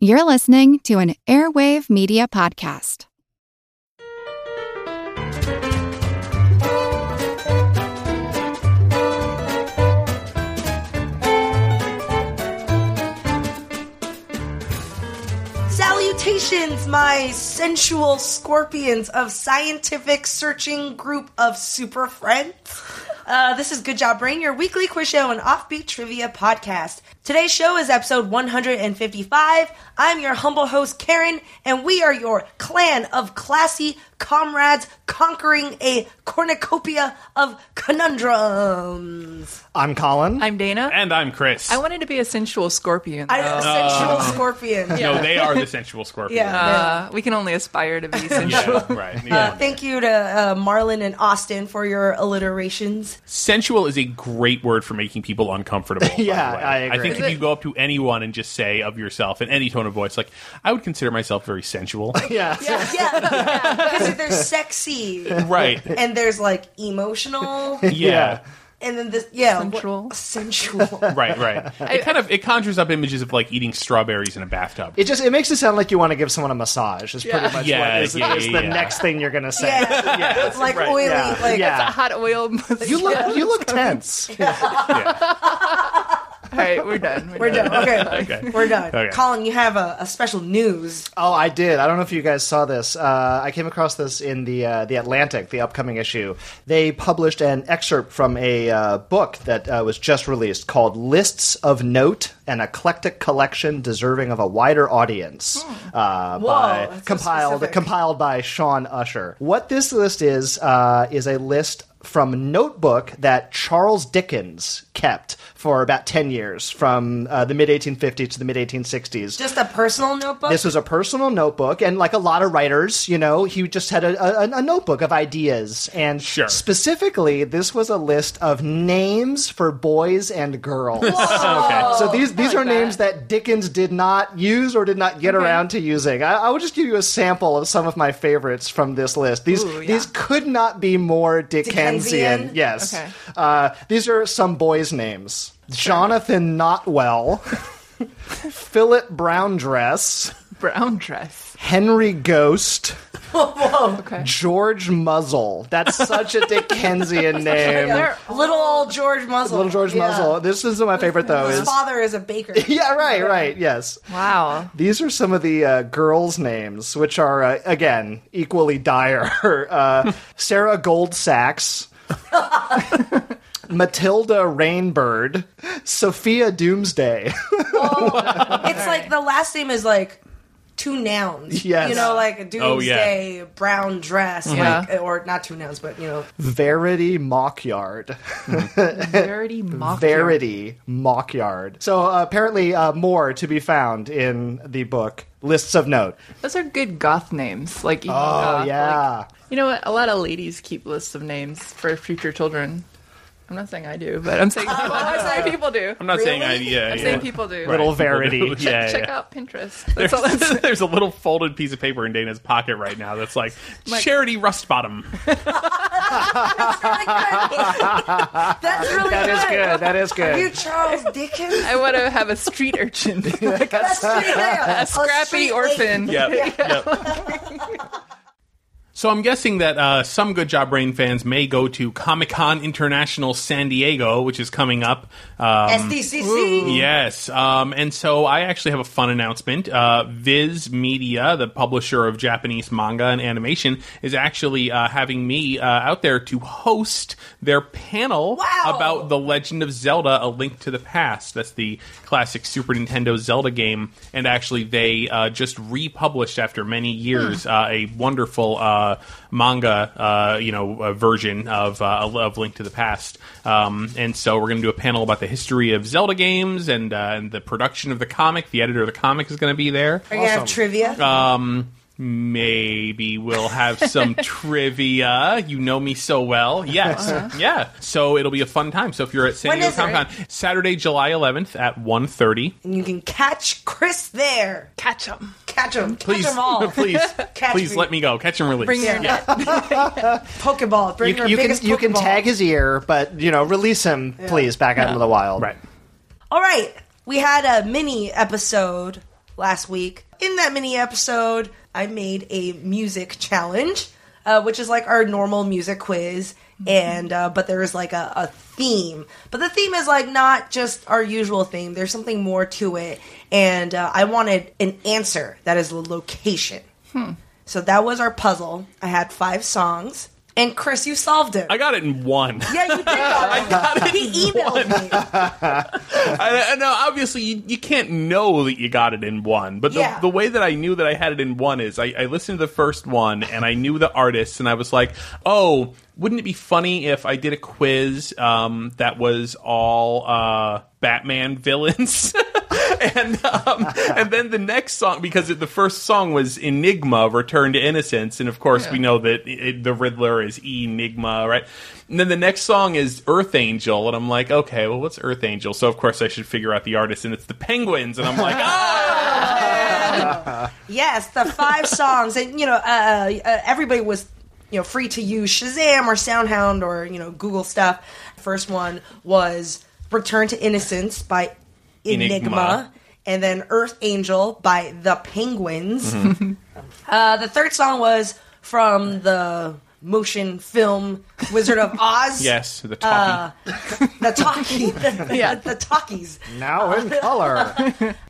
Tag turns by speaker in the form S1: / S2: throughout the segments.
S1: You're listening to an Airwave Media Podcast.
S2: Salutations, my sensual scorpions of scientific searching group of super friends. Uh, this is Good Job Brain, your weekly quiz show and offbeat trivia podcast. Today's show is episode 155. I'm your humble host, Karen, and we are your clan of classy comrades conquering a cornucopia of conundrums.
S3: I'm Colin.
S4: I'm Dana.
S5: And I'm Chris.
S4: I wanted to be a sensual scorpion.
S2: I,
S4: though.
S2: sensual scorpion.
S5: no, they are the sensual scorpion.
S2: Yeah.
S4: Uh, we can only aspire to be sensual.
S5: Yeah, right.
S2: Uh, thank you to uh, Marlon and Austin for your alliterations.
S5: sensual is a great word for making people uncomfortable. by the
S3: Yeah,
S5: way.
S3: I agree.
S5: think
S3: Is
S5: if
S4: it-
S5: you go up to anyone and just say of yourself in any tone of voice, like, I would consider myself very sensual.
S3: yeah.
S2: Yeah, yeah, because there's sexy
S5: right.
S2: and there's like emotional,
S5: Yeah.
S2: and then this yeah what-
S4: Sensual.
S2: sensual.
S5: Right, right. It kind of it conjures up images of like eating strawberries in a bathtub.
S3: It just it makes it sound like you want to give someone a massage. Is pretty much
S5: Yeah,
S3: what is,
S5: yeah,
S3: is
S5: yeah,
S3: the
S5: yeah.
S3: next thing you're gonna say.
S2: Yeah, like
S5: right,
S2: oily,
S3: yeah,
S2: like
S3: yeah.
S4: A hot oil. massage.
S3: You look you look tense.
S5: Yeah.
S4: All right, we're done.
S2: we're done. Okay,
S5: Okay.
S2: we're done.
S5: Okay.
S2: Colin, you have a, a special news.
S3: Oh, I did. I don't know if you guys saw this. Uh, I came across this in the uh, the Atlantic, the upcoming issue. They published an excerpt from a uh, book that uh, was just released called "Lists of Note: An Eclectic Collection Deserving of a Wider Audience," uh, by
S2: Hmm. that's so
S3: compiled
S2: specific.
S3: compiled by Sean Usher. What this list is uh, is a list from a notebook that Charles Dickens kept for about 10 years from uh, the mid 1850s to the mid 1860s
S2: Just a personal notebook.
S3: this was a personal notebook, and like a lot of writers, you know, he just had a, a, a notebook of ideas. And
S5: Sure.
S3: specifically, this was a list of names for boys and girls.
S5: Oh,
S3: So these these are names that Dickens did not use or did not get around to using. I, I will just give you a sample of some of my favorites from this list. These
S4: Ooh, yeah.
S3: these could not be more Dickensian.
S2: Dickensian?
S3: Yes.
S4: Okay.
S3: Uh, these are some boys' names: Jonathan Notwell, Philip Browndress.
S4: Brown dress.
S3: Henry Ghost,
S4: Okay.
S3: George Muzzle. That's such a Dickensian name.
S4: They're-
S2: little old George Muzzle.
S3: Little George
S2: Yeah.
S3: Muzzle. This is my favorite though.
S2: His
S3: Is
S2: father is a baker.
S3: yeah, right, right, yes.
S4: Wow.
S3: These are some of the uh, girls' names, which are uh, again equally dire. Uh, Sarah Goldsacks, Matilda Rainbird, Sophia Doomsday.
S2: It's like the last name is like two nouns.
S3: Yes.
S2: You know, like a
S5: Oh, yeah.
S2: doomsday, brown dress,
S4: Yeah.
S2: like, or not two nouns, but you know,
S3: Verity Mockyard.
S4: Verity mock.
S3: Verity Mockyard. So uh, apparently, uh, more to be found in the book lists of note.
S4: Those are good goth names. Like oh
S3: Oh yeah,
S4: you know what? A lot of ladies keep lists of names for future children. I'm not saying I do, but I'm saying people, I'm saying people do.
S5: I'm not saying I
S2: Really?
S5: yeah.
S4: I'm
S5: yeah.
S4: saying people do.
S5: Right,
S3: Little
S5: people
S3: Verity.
S5: do. Yeah, yeah.
S4: Check out Pinterest. That's all I'm
S5: There's,
S4: saying.
S5: there's a little folded piece of paper in Dana's pocket right now that's like charity rust bottom.
S2: that's really
S3: that is good. That is
S2: Are you
S3: good.
S2: Charles Dickens?
S4: I want to have a street urchin, like a
S2: That's pretty good. A
S4: scrappy
S2: street
S4: orphan.
S5: Yep. So I'm guessing that uh, some Good Job Brain fans may go to Comic Con International San Diego, which is coming up. Um,
S2: lady. SDCC.
S5: Yes. Um, and so I actually have a fun announcement. Uh, Viz Media, the publisher of Japanese manga and animation, is actually uh, having me uh, out there to host their panel
S2: Wow.
S5: about The Legend of Zelda A Link to the Past. That's the classic Super Nintendo Zelda game. And actually, they uh, just republished after many years uh, a wonderful uh, manga uh, you know, uh, version of, uh, of Link to the Past. Um, and so we're going to do a panel about the history of Zelda games and, uh, and the production of the comic. The editor of the comic is going to be there.
S2: Are you gonna have trivia?
S3: Uh,
S5: Um, Maybe we'll have some trivia. You know me so well. Yes. Yeah. So it'll be a fun time. So if you're at San
S2: Uh-huh. When
S5: Diego
S2: is
S5: Comic Con, Saturday, July 11th at 1.30.
S2: and you can catch Chris there.
S4: Catch them.
S2: Catch him.
S5: Please,
S2: catch them all.
S5: please,
S2: Catch
S5: please
S2: me.
S5: let me go. Catch and release.
S4: Bring your
S2: Yeah. Pokeball. Bring
S3: You,
S2: your
S3: you
S2: biggest
S3: can you can
S2: Pokeball.
S3: tag his ear, but you know release him, please, back out into the wild.
S5: Right.
S2: All right, we had a mini episode last week. In that mini episode, I made a music challenge, uh, which is like our normal music quiz, and uh, but there is like a, a theme. But the theme is like not just our usual theme. There's something more to it, and uh, I wanted an answer that is the location. So that was our puzzle. I had five songs, and Chris, you solved it.
S5: I got it in one.
S2: yeah, you did. I got it. He emailed me.
S5: I, I know, obviously, you, you can't know that you got it in one, but the,
S2: Yeah.
S5: the way that I knew that I had it in one is I, I listened to the first one and I knew the artists, and I was like, oh, wouldn't it be funny if I did a quiz um, that was all uh, Batman villains? and um, and then the next song because it, the first song was Enigma Return to Innocence and of course we know that it, the Riddler is Enigma right and then the next song is Earth Angel and I'm like okay well what's Earth Angel so of course I should figure out the artist and it's the Penguins and I'm like ah
S2: Yes, the five songs, and you know, uh, uh, everybody was you know free to use Shazam or SoundHound or you know Google stuff. First one was "Return to Innocence" by Enigma,
S5: Enigma.
S2: and then "Earth Angel" by the Penguins.
S5: Mm-hmm.
S2: uh, the third song was from the motion film Wizard of Oz.
S5: yes the talking
S2: the talkie, the, the-
S4: Yeah.
S2: the talkies.
S3: Now in color.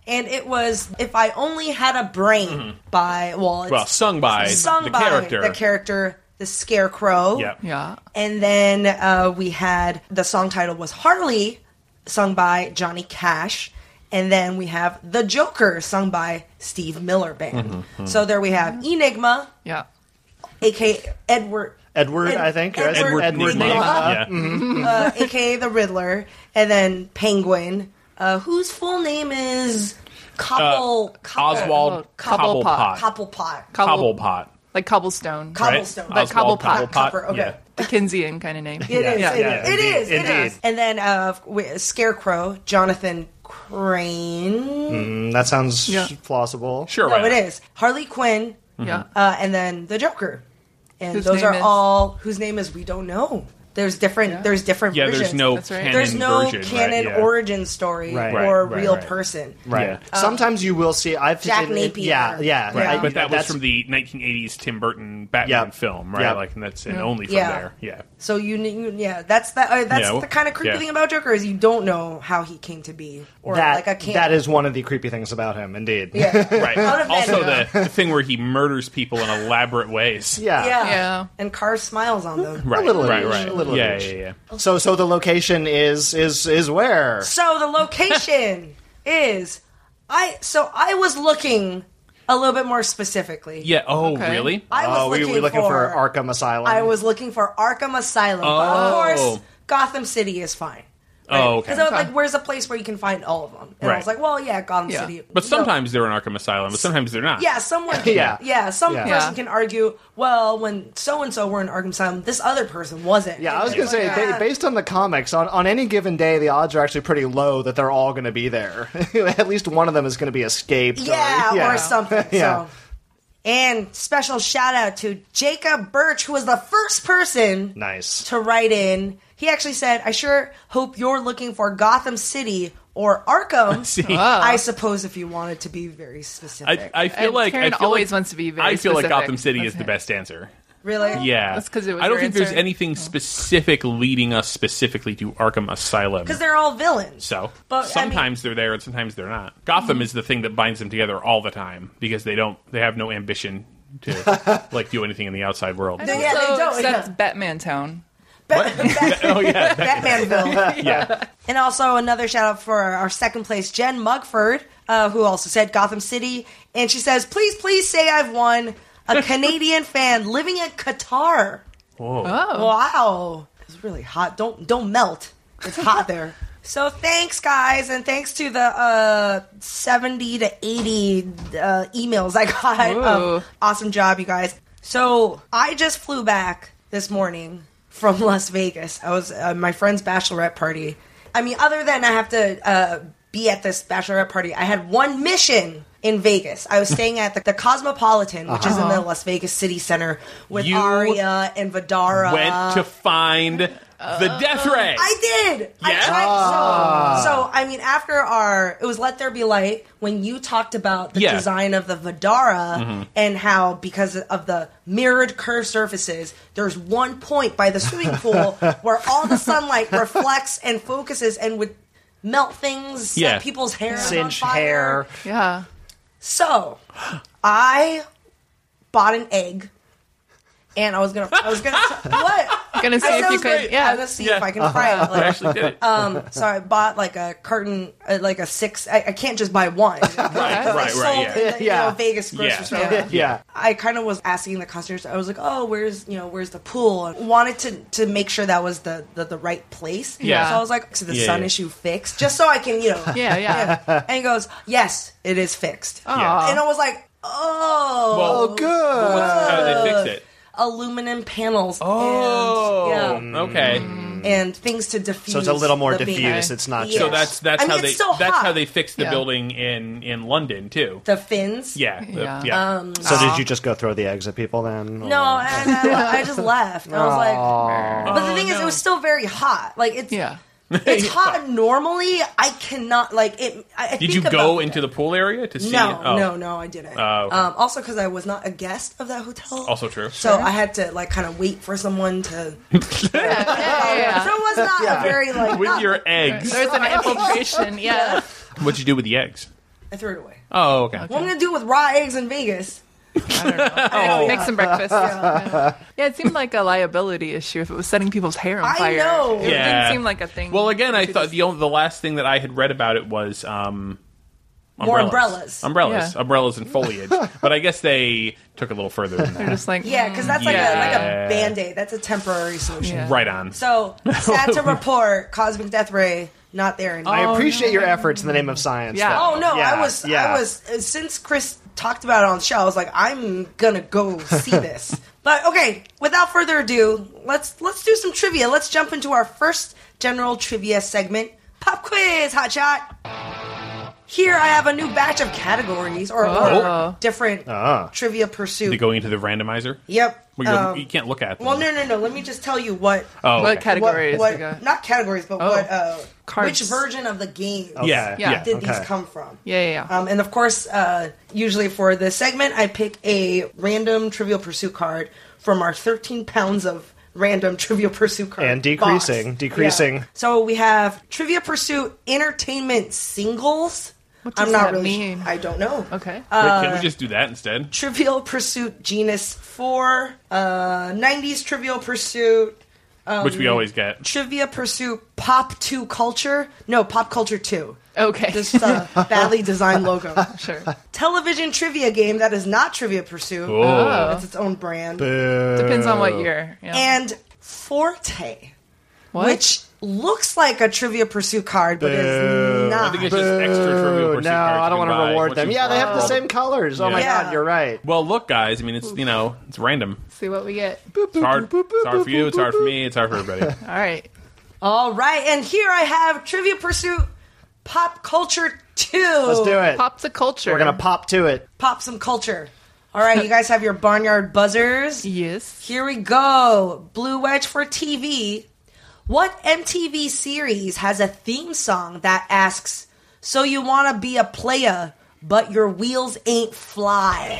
S2: And it was "If I Only Had a Brain"
S5: Mm-hmm.
S2: by well, it's
S5: well sung by
S2: sung
S5: the
S2: by
S5: character
S2: the character the scarecrow
S5: Yep.
S4: Yeah.
S2: and then uh, we had the song title was harley sung by johnny cash and then we have the joker sung by steve miller band
S5: Mm-hmm,
S2: so there we have enigma
S4: Yeah.
S2: aka edward uh,
S3: Edward,
S2: Ed-
S3: I think. right?
S5: Edward, Uh-huh. Mm-hmm.
S3: Edward
S5: Nigma.
S3: Nigma.
S5: Yeah.
S2: uh, aka the riddler and then penguin uh, whose full name is Cobble, Cobble-
S5: Uh, Oswald
S4: Cobblepot.
S5: Uh, Cobblepot
S2: Cobblepot.
S4: Cobble-
S5: Cobblepot
S4: Like cobblestone.
S2: Cob- Cobblestone.
S5: right?
S2: But
S5: Oswald
S4: Cobblepot.
S2: Copper, okay.
S5: yeah.
S4: Dickensian kind of name.
S2: It is.
S3: Yeah,
S2: it
S3: yeah,
S2: is, it
S3: indeed,
S2: is, it
S3: indeed.
S2: is. And then uh, wi- Scarecrow, Jonathan Crane.
S3: Mm, that sounds
S4: Yeah.
S3: plausible.
S5: Mm-hmm. Sure.
S2: No,
S5: why
S2: it
S5: not?
S2: is Harley Quinn,
S4: Yeah.
S2: uh, and then the Joker. And
S4: Whose
S2: those
S4: name
S2: are
S4: is-
S2: all whose name is we don't know. There's different. There's different.
S5: Yeah,
S2: versions.
S5: there's no
S4: That's right.
S5: canon
S2: There's no
S5: version, right?
S2: canon
S5: Yeah.
S2: origin story
S3: Right.
S2: or
S5: Right, right,
S2: real
S5: right.
S2: person.
S3: Right. Sometimes you will see. I've
S2: Oh. Jack
S3: it- it-
S2: Napier.
S3: Yeah, yeah.
S5: Right,
S3: I-
S5: but that was
S3: that's-
S5: from the 1980s Tim Burton Batman
S3: Yep.
S5: film, right?
S3: Yep.
S5: Like, and that's and only from
S2: Yeah.
S5: there. Yeah,
S2: So you, kn- you yeah, that's that. Uh, that's
S5: Yeah, well,
S2: the kind of creepy
S5: yeah.
S2: thing about Joker is you don't know how he came to be or
S3: that,
S2: like I can't.
S3: that is one of the creepy things about him, indeed.
S2: yeah.
S5: right.
S2: Out of
S5: also,
S2: Edinburgh.
S5: the, the thing where he murders people in elaborate ways.
S3: yeah.
S2: yeah,
S4: Yeah.
S2: And Carr smiles on them.
S5: right,
S3: A little
S5: right,
S3: of each,
S5: right.
S3: a little of
S5: yeah,
S3: each.
S5: yeah, yeah,
S3: So, so the location is is is where?
S2: So the location is I so I was looking a little bit more specifically.
S5: yeah. Oh,
S4: Okay.
S5: really?
S2: I was
S3: oh, we
S2: looking,
S3: were looking for,
S2: for,
S3: Arkham Asylum.
S2: I was looking for Arkham Asylum. But of
S5: Oh.
S2: course, Gotham City is fine.
S5: Oh,
S2: Because
S5: okay.
S2: I was
S4: Okay.
S2: like, where's a place where you can find all of them? And I was
S5: Right.
S2: like, well, yeah, Gotham
S4: Yeah.
S2: City.
S5: But
S2: No.
S5: sometimes they're in Arkham Asylum, but sometimes they're not.
S2: Yeah, someone.
S3: Yeah.
S2: yeah, Some
S3: Yeah.
S2: person
S4: Yeah.
S2: can argue. Well, when so and so were in Arkham Asylum, this other person wasn't.
S3: yeah, I was
S2: It's
S3: gonna
S2: like,
S3: say
S2: yeah.
S3: ba- based on the comics, on, on any given day, the odds are actually pretty low that they're all gonna be there. At least one of them is gonna be escaped.
S2: yeah,
S3: or, yeah.
S2: or something.
S3: Yeah.
S2: So. And special shout out to Jacob Birch, who was the first person
S3: Nice.
S2: to write in. He actually said, I sure hope you're looking for Gotham City or Arkham.
S3: Uh,
S2: I suppose if you wanted to be very
S5: I,
S2: specific.
S5: Uh. I feel
S4: And
S5: like I
S4: Karen
S5: feel
S4: always
S5: like,
S4: wants to be very
S5: I feel like
S4: specific.
S5: Gotham City is
S4: Okay.
S5: the best answer.
S2: really?
S5: Yeah,
S4: That's 'cause it was
S5: I don't
S4: your
S5: think
S4: answer.
S5: there's
S2: Oh.
S5: anything specific leading us specifically to Arkham Asylum.
S2: Because they're all villains.
S5: So
S2: But, I mean- Mm-hmm.
S5: sometimes they're there and sometimes they're not. Gotham is the thing that binds them together all the time because they don't they have no ambition to like do anything in the outside world.
S2: They- yeah, they don't.
S4: Except
S2: yeah.
S4: Batman Town.
S2: Bat- Bat-
S5: oh yeah.
S2: Batmanville.
S5: Yeah.
S2: and also another shout out for our second place, Jen Mugford, uh, who also said Gotham City. And she says, please, please say I've won a Canadian fan living in Qatar.
S4: Oh.
S2: Wow. It's really hot. Don't don't melt. It's hot there. So thanks guys and thanks to the uh 70 to 80 uh emails I got.
S4: Whoa.
S2: Um, awesome job you guys. So I just flew back this morning from Las Vegas. I was uh, my friend's bachelorette party. I mean other than I have to uh be at this bachelorette party, I had one mission in Vegas. I was staying at the, the Cosmopolitan, which is in the Las Vegas City Center with
S5: You
S2: Aria and Vidara.
S5: Went to find the Death Ray.
S2: Uh, I did. I
S5: Yeah?
S2: tried. So, so I mean, after our it was "Let There Be Light" when you talked about the
S5: Yeah. Mm-hmm.
S2: design of the Vidara and how because of the mirrored curved surfaces, there's one point by the swimming pool where all the sunlight reflects and focuses and would melt things, set
S5: Yeah.
S2: people's hair, on
S3: Cinch
S2: fire.
S3: hair.
S4: Yeah.
S2: So, I bought an egg. And I was gonna, I was gonna, what?
S4: Gonna see
S2: That
S4: if you
S2: sounds
S4: could.
S2: great. I'm
S4: Yeah.
S2: gonna see
S5: Yeah.
S2: if I can
S3: Uh-huh.
S2: fry it.
S5: I
S2: Like,
S5: actually did it.
S2: um, so I bought like a carton, uh, like a six. I, I can't just buy one.
S5: right,
S2: They
S5: right,
S2: sold
S5: right.
S2: in
S5: Yeah.
S2: the, you
S3: Yeah.
S2: know, Vegas grocery
S5: Yeah.
S2: store.
S4: Yeah.
S3: Yeah.
S2: I kind of was asking the concierge. I was like, "Oh, where's you know where's the pool?" And wanted to to make sure that was the the, the right place.
S5: Yeah.
S2: So I was like, "Is the
S5: Yeah,
S2: sun
S5: yeah.
S2: issue fixed?" Just so I can you know.
S4: Yeah. Yeah.
S2: And he goes, "Yes, it is fixed."
S5: Yeah.
S2: And I was like, "Oh,
S5: Oh. Well,
S3: Oh, good.
S5: How did they fix it?
S2: aluminum panels."
S5: Oh, Mm.
S2: and,
S5: okay.
S2: yeah, and things to diffuse.
S3: So it's a little more
S2: the beam.
S3: diffuse. It's not
S2: Yeah.
S5: So
S3: just.
S5: that's that's
S2: I mean,
S5: how
S2: it's
S5: they
S2: so
S5: that's
S2: hot.
S5: how they fixed the
S4: Yeah.
S5: building in in London too.
S2: The fins.
S5: Yeah, the-
S4: Yeah.
S5: yeah.
S2: Um,
S3: So did you just go throw the eggs at people then?
S2: No,
S3: Or-
S2: and I, I just left. I was like, but the
S5: Oh,
S2: thing is, it
S5: no.
S2: was still very hot. Like it's
S4: Yeah.
S2: it's hot normally. I cannot like it. I, I
S5: Did
S2: think
S5: you go
S2: about it.
S5: into the pool area to see?
S2: No,
S5: it? Oh.
S2: no, no, I didn't.
S5: Oh, okay.
S2: um, also, because I was not a guest of that hotel.
S5: Also true.
S2: So I had to like kind of wait for someone to.
S4: Yeah. yeah, yeah.
S2: So it was not a very like.
S5: With
S2: not-
S5: your eggs,
S4: There's an infiltration. Yeah.
S5: what'd you do with the eggs?
S2: I threw it away.
S5: Oh, okay.
S2: What I'm gonna do with raw eggs in Vegas?
S4: I don't know.
S2: Oh,
S4: Make some breakfast. Yeah. Yeah, it seemed like a liability issue if it was setting people's hair on
S2: I
S4: fire.
S2: know.
S4: It
S5: Yeah.
S4: didn't seem like a thing.
S5: Well, again, I
S4: to
S5: thought
S4: just-
S5: the only, the last thing that I had read about it was um,
S2: More umbrellas.
S5: umbrellas,
S4: Yeah.
S5: umbrellas and foliage. but I guess they took it a little further than that.
S4: just like mm,
S2: Yeah, because that's like a like a
S5: Yeah.
S2: band aid. That's a temporary solution.
S4: Yeah.
S5: Right on.
S2: So sad to report, Cosmic Death Ray not there anymore.
S5: Oh.
S3: I appreciate your efforts in the name of science.
S4: Yeah.
S2: Oh
S3: though.
S2: no,
S3: Yeah,
S2: I was
S3: yeah.
S2: I was uh, since Chris talked about it on the show, I was like, I'm gonna go see this. but okay, without further ado, let's let's do some trivia. Let's jump into our first general trivia segment. Pop quiz, hot shot. Here I have a new batch of categories or, or
S4: Oh.
S2: different
S3: Ah.
S2: trivia pursuit.
S5: They going into the randomizer.
S2: yep.
S5: Well, you-
S2: um,
S5: you can't look at. Them.
S2: well, no, no, no. Let me just tell you what
S5: Oh,
S4: what
S5: okay.
S4: categories
S2: what,
S4: we got.
S2: what not categories, but
S4: Oh.
S2: what uh,
S4: Cards.
S2: which version of the game
S5: Yeah,
S4: Yeah.
S5: yeah.
S2: did
S3: Oh. okay.
S2: these come from?
S4: yeah, yeah, yeah.
S2: Um, and of course, uh, usually for this segment, I pick a random Trivial Pursuit card from our 13 pounds of random Trivial Pursuit card.
S3: And decreasing,
S2: box.
S3: decreasing.
S2: Yeah. So we have Trivia Pursuit Entertainment Singles.
S4: What does
S2: I'm not
S4: that
S2: really
S4: mean?
S2: I don't know.
S4: okay.
S2: Uh,
S5: Wait, can we just do that instead?
S2: Trivial Pursuit Genus 4, uh, 90s Trivial Pursuit, um,
S5: Which we always get.
S2: Trivia Pursuit Pop 2 Culture. No, Pop Culture 2.
S4: okay.
S2: This uh, badly designed logo.
S4: sure.
S2: television trivia game that is not Trivia Pursuit.
S5: Oh.
S2: It's its own brand.
S4: Depends on what year. Yeah.
S2: And Forte,
S4: what?
S2: which looks like a Trivia Pursuit card, but
S3: Boo.
S2: is
S5: I
S2: not.
S5: think it's just extra trivial
S3: Ooh,
S5: pursuit
S3: no,
S5: cards
S3: I
S5: you
S3: don't want
S5: can buy
S3: to reward
S5: once
S3: them.
S5: you
S3: Yeah, they have the
S5: roll
S3: same colors. Oh my
S2: Yeah.
S3: god, you're right.
S5: Well, look, guys. I mean, it's you know, it's random.
S4: See what we get.
S5: It's hard. It's hard for you. It's hard for me. It's hard for everybody.
S4: All right.
S2: All right, and here I have Trivia Pursuit Pop Culture 2.
S3: Let's do it.
S4: Pop the culture.
S3: We're gonna pop to it.
S2: Pop some culture. All right, you guys have your barnyard buzzers.
S4: Yes.
S2: Here we go. Blue Wedge for TV. What MTV series has a theme song that asks, So you want to be a playa, but your wheels ain't fly?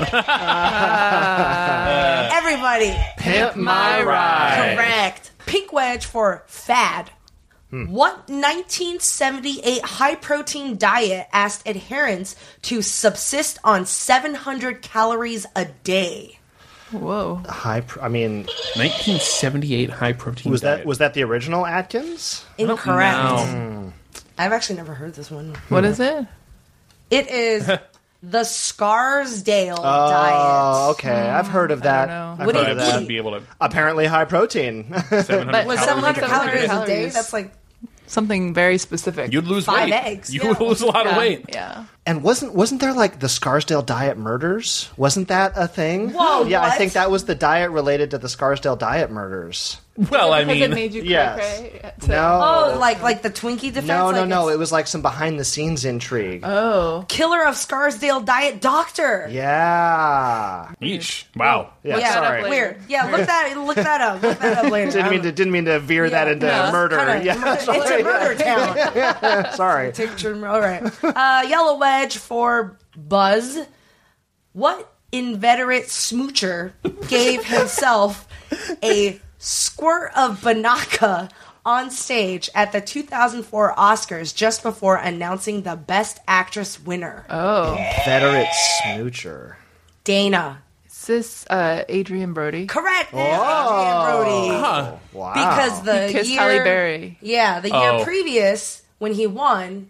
S2: Everybody,
S4: Pimp my
S5: ride.
S2: correct. Pink Wedge for fad.
S4: Hmm.
S2: What 1978 high protein diet asked adherents to subsist on 700 calories a day?
S4: Whoa.
S3: High. Pr- I mean,
S5: 1978 high protein.
S3: was that was that the original Atkins?
S2: Incorrect.
S5: Wow.
S3: Mm.
S2: I've actually never heard this one.
S4: What is it?
S2: It is the Scarsdale
S3: Oh,
S2: diet.
S3: okay. I've heard of that.
S4: know.
S3: I've
S2: What do
S3: heard
S2: you
S3: of
S5: I
S3: that.
S5: wouldn't be able to.
S3: Apparently, high protein.
S5: 700
S4: But-
S2: With
S4: Calories
S5: calories.
S2: 700
S4: and
S2: calories a
S4: calories.
S2: day, that's like
S4: Something very specific.
S5: You'd lose
S2: Five
S5: weight.
S2: eggs,
S5: You
S2: yeah.
S5: would lose a lot
S4: yeah.
S5: of weight.
S4: Yeah.
S3: And wasn't wasn't there like the Scarsdale Diet murders? Wasn't that a thing?
S2: Whoa,
S3: Yeah, I
S2: what?
S3: think that was the diet related to the Scarsdale Diet murders.
S5: Well, I
S4: because
S5: mean,
S4: it made you cray
S3: yes.
S4: cray.
S3: No.
S2: Oh, like like the Twinkie defense.
S3: no,
S2: like
S3: no, no.
S2: it's
S3: It was like some behind the scenes intrigue.
S4: Oh,
S2: Killer of Scarsdale Diet Doctor.
S3: yeah.
S5: each. Wow.
S3: Yeah,
S2: Yeah,
S3: sorry.
S4: later.
S2: weird. Yeah, look that look that up. Look that up later.
S3: Didn't mean to didn't mean to veer that into
S4: no, it's
S3: murder.
S2: Kinda-
S3: Yeah,
S2: it's a murder town.
S3: sorry.
S2: Picture. All right. Uh, Yellow Wedge for Buzz. What inveterate smoocher gave himself a squirt of banaka on stage at the 2004 Oscars just before announcing the Best Actress winner?
S4: Oh.
S3: Veteran smoocher.
S2: Dana.
S4: is this uh, Adrian Brody?
S2: Correct. Oh. Brody.
S5: Huh.
S3: Wow.
S2: Because the
S4: He kissed
S2: year,
S4: Halle Berry.
S2: Yeah, the year
S5: Oh.
S2: previous when he won,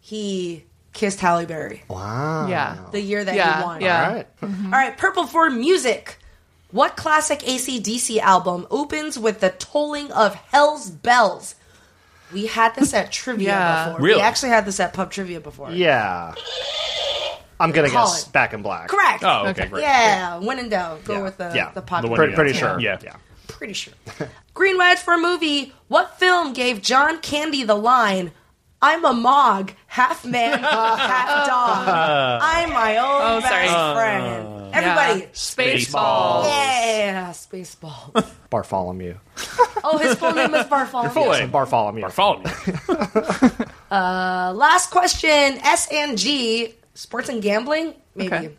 S2: he kissed Halle Berry.
S3: wow.
S4: Yeah.
S2: The year that he
S4: Yeah,
S2: won.
S4: yeah.
S3: All right.
S2: All right, Purple for music. What classic ACDC album opens with the tolling of Hell's Bells? We had this at trivia
S4: Yeah.
S2: before.
S5: Really?
S2: We actually had this at pub trivia before.
S3: Yeah. I'm gonna
S2: Call
S3: guess
S2: it.
S3: back in black.
S2: Correct.
S5: Oh, okay, great.
S2: Yeah, when in doubt, go
S3: Yeah.
S2: with the,
S3: yeah.
S2: the popular.
S5: one
S3: pretty,
S5: you
S3: pretty
S5: got.
S3: sure.
S5: Yeah.
S3: yeah.
S2: pretty sure. Green Wedge for a movie. What film gave John Candy the line, I'm a mog, half man, half dog. I'm my own
S4: Oh,
S2: best
S4: sorry.
S2: friend. Everybody.
S4: Spaceball.
S2: Yeah, Spaceball.
S3: Bartholomew.
S2: oh, his full name is
S5: full
S2: Bartholomew.
S5: name.
S3: Bartholomew.
S5: Bartholomew.
S2: Uh, last question, S and G, sports and gambling? Maybe.
S4: Okay.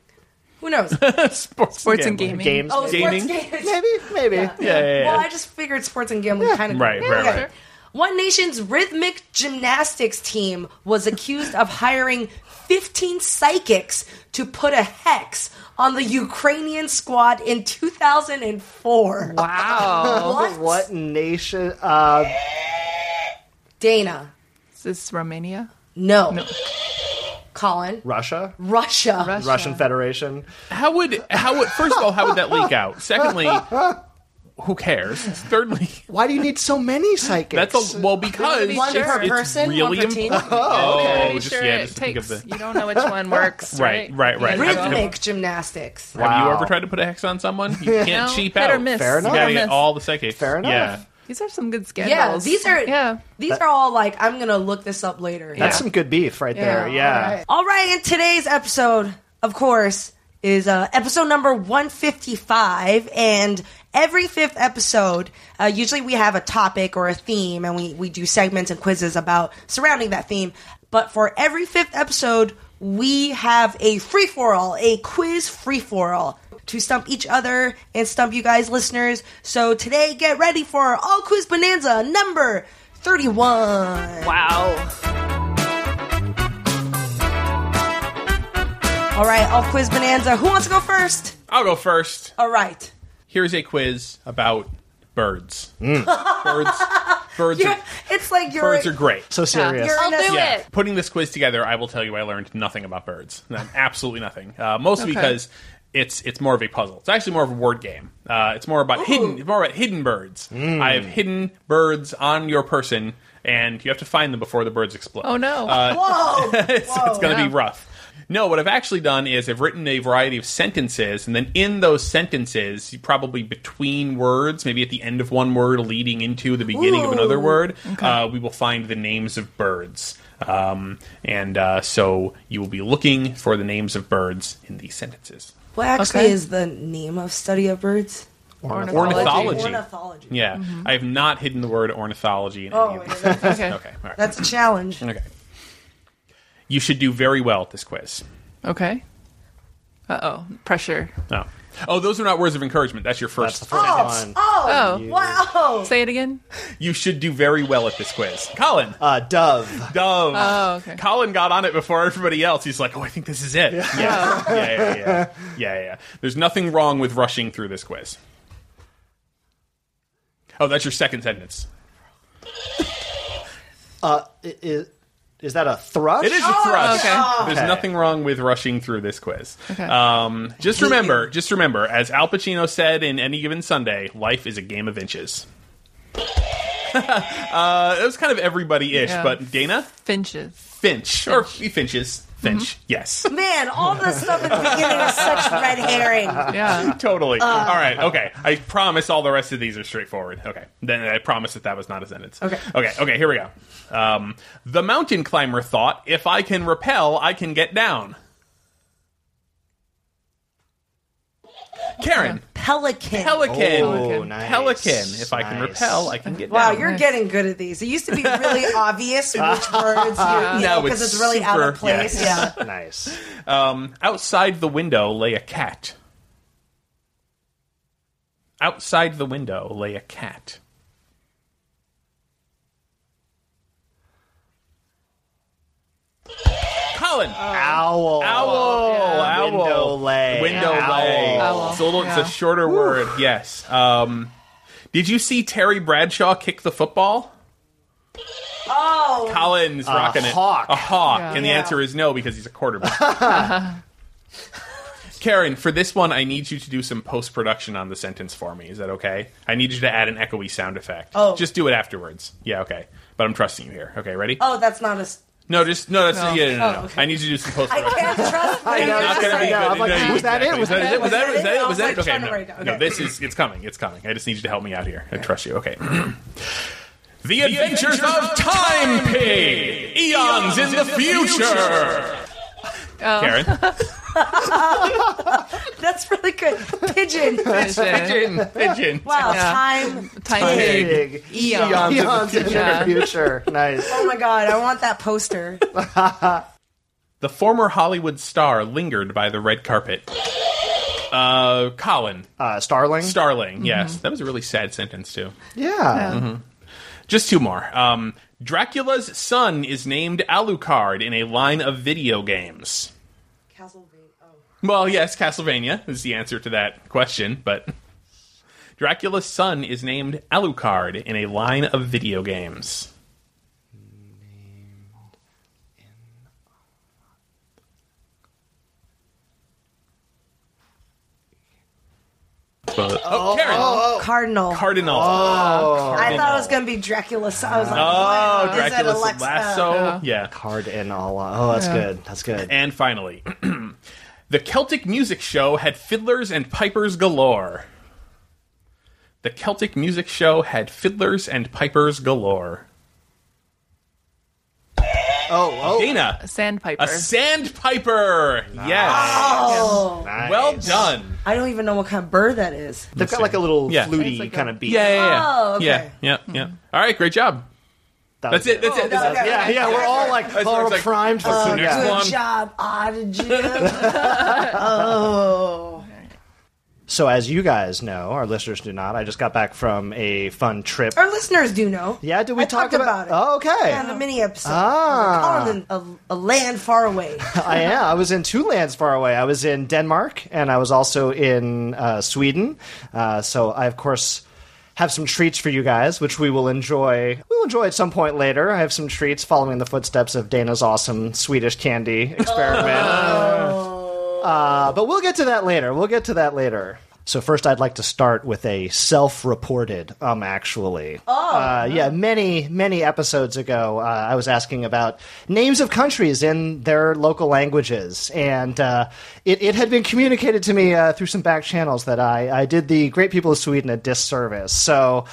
S2: Who knows?
S5: Sports,
S4: Sports and gaming.
S3: Games.
S2: Oh,
S3: maybe.
S2: sports
S5: Gaming?
S2: gambling.
S3: maybe. Maybe.
S5: Yeah, yeah, yeah.
S2: Well, I just figured sports and gambling kind of
S5: Right, right,
S2: Okay.
S5: right.
S2: One Nation's rhythmic gymnastics team was accused of hiring 15 psychics to put a hex on the Ukrainian squad in 2004.
S4: Wow.
S2: What?
S3: What nation? Uh,
S2: Dana.
S4: is this Romania?
S5: Oh,
S2: No. Colin.
S3: Russia?
S2: Russia.
S4: Russia.
S3: Russian Federation.
S5: How would how would first of all how would that leak out? Secondly, who cares? Thirdly,
S3: Why do you need so many psychics?
S5: that's a well because
S2: One
S5: it's,
S2: per
S5: it's
S2: person, one
S5: really
S2: per team?
S5: important. Oh,
S4: Pretty
S5: just
S4: sure
S5: yeah,
S4: it
S5: just think
S4: takes.
S5: of the.
S4: You don't know which one works.
S5: Right, right, right.
S4: Yeah, you
S5: Have-
S4: don't.
S2: Rhythmic gymnastics.
S5: Have you
S3: Wow.
S5: ever tried to put a hex on someone? You can't
S4: No,
S5: cheap
S4: hit
S5: out.
S4: Or miss.
S3: Fair
S4: You
S3: enough.
S5: You
S4: gotta
S5: gotta
S4: miss.
S5: get all the psychics.
S3: Fair enough.
S5: Yeah.
S4: These are some good
S2: Yeah,
S4: scandals.
S2: these are
S4: Yeah.
S2: these are all like I'm gonna look this up later.
S3: That's some good beef right there. Yeah.
S2: All right. All right, and today's episode, of course, is uh, episode number 155. And every fifth episode, uh, usually we have a topic or a theme, and we, we do segments and quizzes about surrounding that theme. But for every fifth episode, we have a free for all, a quiz free for all to stump each other and stump you guys, listeners. So today, get ready for All Quiz Bonanza number 31.
S4: Wow.
S2: All right, all quiz bonanza. Who wants to go first?
S5: I'll go first.
S2: All right.
S5: Here's a quiz about birds. Birds. Birds.
S2: You're,
S5: are,
S2: it's like you're.
S5: birds are great.
S3: So serious.
S2: You're in a-
S4: I'll do
S5: Yeah.
S4: it.
S5: Putting this quiz together, I will tell you I learned nothing about birds. No, Absolutely nothing. Uh, mostly
S4: Okay.
S5: because it's it's more of a puzzle. It's actually more of a word game. Uh, it's more about hidden. It's more about hidden birds. I have hidden birds on your person, and you have to find them before the birds explode.
S4: Oh no.
S5: Uh,
S2: Whoa!
S5: it's, it's going to
S4: Yeah.
S5: be rough. No, what I've actually done is I've written a variety of sentences, and then in those sentences, you probably between words, maybe at the end of one word, leading into the beginning of another word, uh, we will find the names of birds. Um, and uh, so you will be looking for the names of birds in these sentences.
S2: what actually
S4: Okay.
S2: is the name of study of birds?
S4: Ornithology.
S5: Ornithology.
S2: Ornithology.
S5: Yeah, I have not hidden the word ornithology in
S2: Mm-hmm. Oh,
S5: any of these.
S2: yeah, that's,
S4: Okay.
S5: Okay, all right.
S2: that's a challenge.
S5: okay. You should do very well at this quiz.
S4: Okay. Uh oh. Pressure.
S5: Oh. Oh, those are not words of encouragement. That's your
S3: That's
S5: first.
S3: the first
S2: Oh,
S3: one.
S2: oh,
S4: Oh.
S2: wow!
S4: Say it again.
S5: You should do very well at this quiz. Colin.
S3: Uh, dove.
S5: Dove.
S4: Oh, okay.
S5: Colin got on it before everybody else. He's like, oh, I think this is it. Yeah. Yeah,
S4: Oh.
S5: yeah, yeah. Yeah, yeah, yeah. There's nothing wrong with rushing through this quiz. Oh, that's your second sentence.
S3: Is, is that a thrush?
S5: It is a thrust.
S4: okay.
S5: There's
S3: Okay.
S5: nothing wrong with rushing through this quiz.
S4: Okay.
S5: Um, just remember, just remember, as Al Pacino said in Any Given Sunday, life is a game of inches. uh, it was kind of everybody ish,
S4: Yeah.
S5: but Dana?
S4: Finches.
S5: Finch, or Finches.
S2: Mm-hmm.
S5: Finch. Yes.
S2: Man, all this stuff at the beginning is such red herring.
S4: Yeah.
S5: totally.
S2: Uh.
S5: all right. Okay. I promise all the rest of these are straightforward. Okay. Then I promise that that was not a sentence.
S2: Okay.
S5: Okay. Okay. Here we go. Um, the mountain climber thought, if I can rappel, I can get down. Karen,
S2: Pelican.
S5: pelican,
S4: Pelican.
S3: nice.
S5: pelican. If I can
S3: Oh, nice.
S5: repel, I can get
S2: Wow,
S5: down.
S2: you're
S4: Nice.
S2: getting good at these. It used to be really obvious which words you, you
S5: Now
S2: know, because
S5: it's
S2: it's, really out of
S5: super-
S2: place.
S5: yes.
S2: Yeah.
S3: Nice.
S5: Um, outside the window lay a cat. Outside the window lay a cat. Colin!
S3: Owl.
S5: Um,
S3: Uh,
S5: owl!
S3: yeah.
S5: Owl!
S3: Window lay.
S5: Window lay.
S3: Owl.
S5: It's a little. It's
S4: Yeah.
S5: a shorter word. Yes. Um, did you see Terry Bradshaw kick the football?
S2: Oh,
S5: Colin's rocking it.
S3: hawk.
S5: A hawk.
S4: Yeah.
S5: And the
S2: Yeah.
S5: answer is no because he's a quarterback. Karen, for this one, I need you to do some post production on the sentence for me. Is that okay? I need you to add an echoey sound effect.
S2: Oh.
S5: Just do it afterwards. Yeah, okay. But I'm trusting you here. Okay, ready?
S2: oh, that's not a. s-
S5: No, just no. That's
S4: No.
S5: yeah, no, no. no.
S2: Oh, okay.
S5: I need you to do some post
S2: I
S5: production.
S2: can't trust. what
S3: I know,
S2: you're
S3: it's
S5: Not gonna be
S2: saying.
S5: good.
S3: I'm like,
S5: No,
S3: was that it?
S5: exactly.
S3: Was that
S5: Was that it? Was that it? Was that it?
S2: I was, like,
S5: Okay,
S2: trying to write it
S5: no.
S2: down.
S5: No,
S2: Okay.
S5: this is it's coming. It's coming. I just need you to help me out here. I trust you. Okay. The Adventures of Time Pig, eons in the future. Karen,
S2: That's really good. Pigeon.
S4: Pigeon.
S5: pigeon, pigeon.
S2: Wow,
S4: Yeah.
S2: time.
S4: Tiny
S5: Pig.
S3: Big.
S4: Eons.
S3: Eons,
S4: Eons
S3: in the
S4: Yeah.
S3: future. future. Nice.
S2: Oh my god, I want that poster.
S5: The former Hollywood star lingered by the red carpet. Uh, Colin
S3: Uh, Starling.
S5: Starling. Yes, that was a really sad sentence too.
S3: yeah.
S5: Mm-hmm. Just two more. Um, Dracula's son is named Alucard in a line of video games.
S2: Castlevania. Oh.
S5: Well, yes, Castlevania is the answer to that question, but Dracula's son is named Alucard in a line of video games. But, oh, Karen!
S2: Cardinal.
S5: Cardinal.
S2: I thought it was gonna be Dracula. So I was like,
S5: Oh,
S2: what is that,
S5: Dracula's
S2: Alexa?
S5: lasso. yeah.
S3: Card and all. Oh, that's good. That's good.
S5: And finally, the Celtic music show had fiddlers and pipers galore. The Celtic music show had fiddlers and pipers galore.
S3: Oh, oh,
S5: Dana,
S4: Sandpiper.
S5: a sandpiper. Yes.
S2: Oh,
S3: nice.
S5: Well done.
S2: I don't even know what kind of bird that is.
S3: They've got like a little
S5: Yeah.
S3: fluty
S4: It's like a-
S3: kind of beat.
S5: Yeah, yeah, yeah.
S2: Oh, okay.
S5: Yeah, yeah, yeah. All right, great job.
S3: That
S5: That's
S3: was
S5: it. That's it. That's it.
S2: Okay.
S3: Yeah, yeah, we're all like,
S5: That's what
S3: all
S5: it's like.
S3: primed for
S5: Oh,
S3: yeah.
S5: next
S2: Good
S5: one.
S2: job, Odd Jim. oh,
S3: So, as you guys know, our listeners do not. I just got back from a fun trip.
S2: our listeners do know.
S3: Yeah, did we
S2: I
S3: talk
S2: talked about
S3: about,
S2: it?
S3: Oh, okay.
S2: Yeah, the mini episode.
S3: Ah.
S2: Calling a, a land far away.
S3: I am. I was in two lands far away. I was in Denmark and I was also in uh, Sweden. Uh, so I, of course, have some treats for you guys, which we will enjoy. We'll enjoy at some point later. I have some treats following the footsteps of Dana's awesome Swedish candy experiment. Uh, but we'll get to that later. We'll get to that later. So first, I'd like to start with a self-reported um. Actually, oh uh, yeah, many many episodes ago, uh, I was asking about names of countries in their local languages, and uh, it it had been communicated to me uh, through some back channels that I I did the great people of Sweden a disservice. So.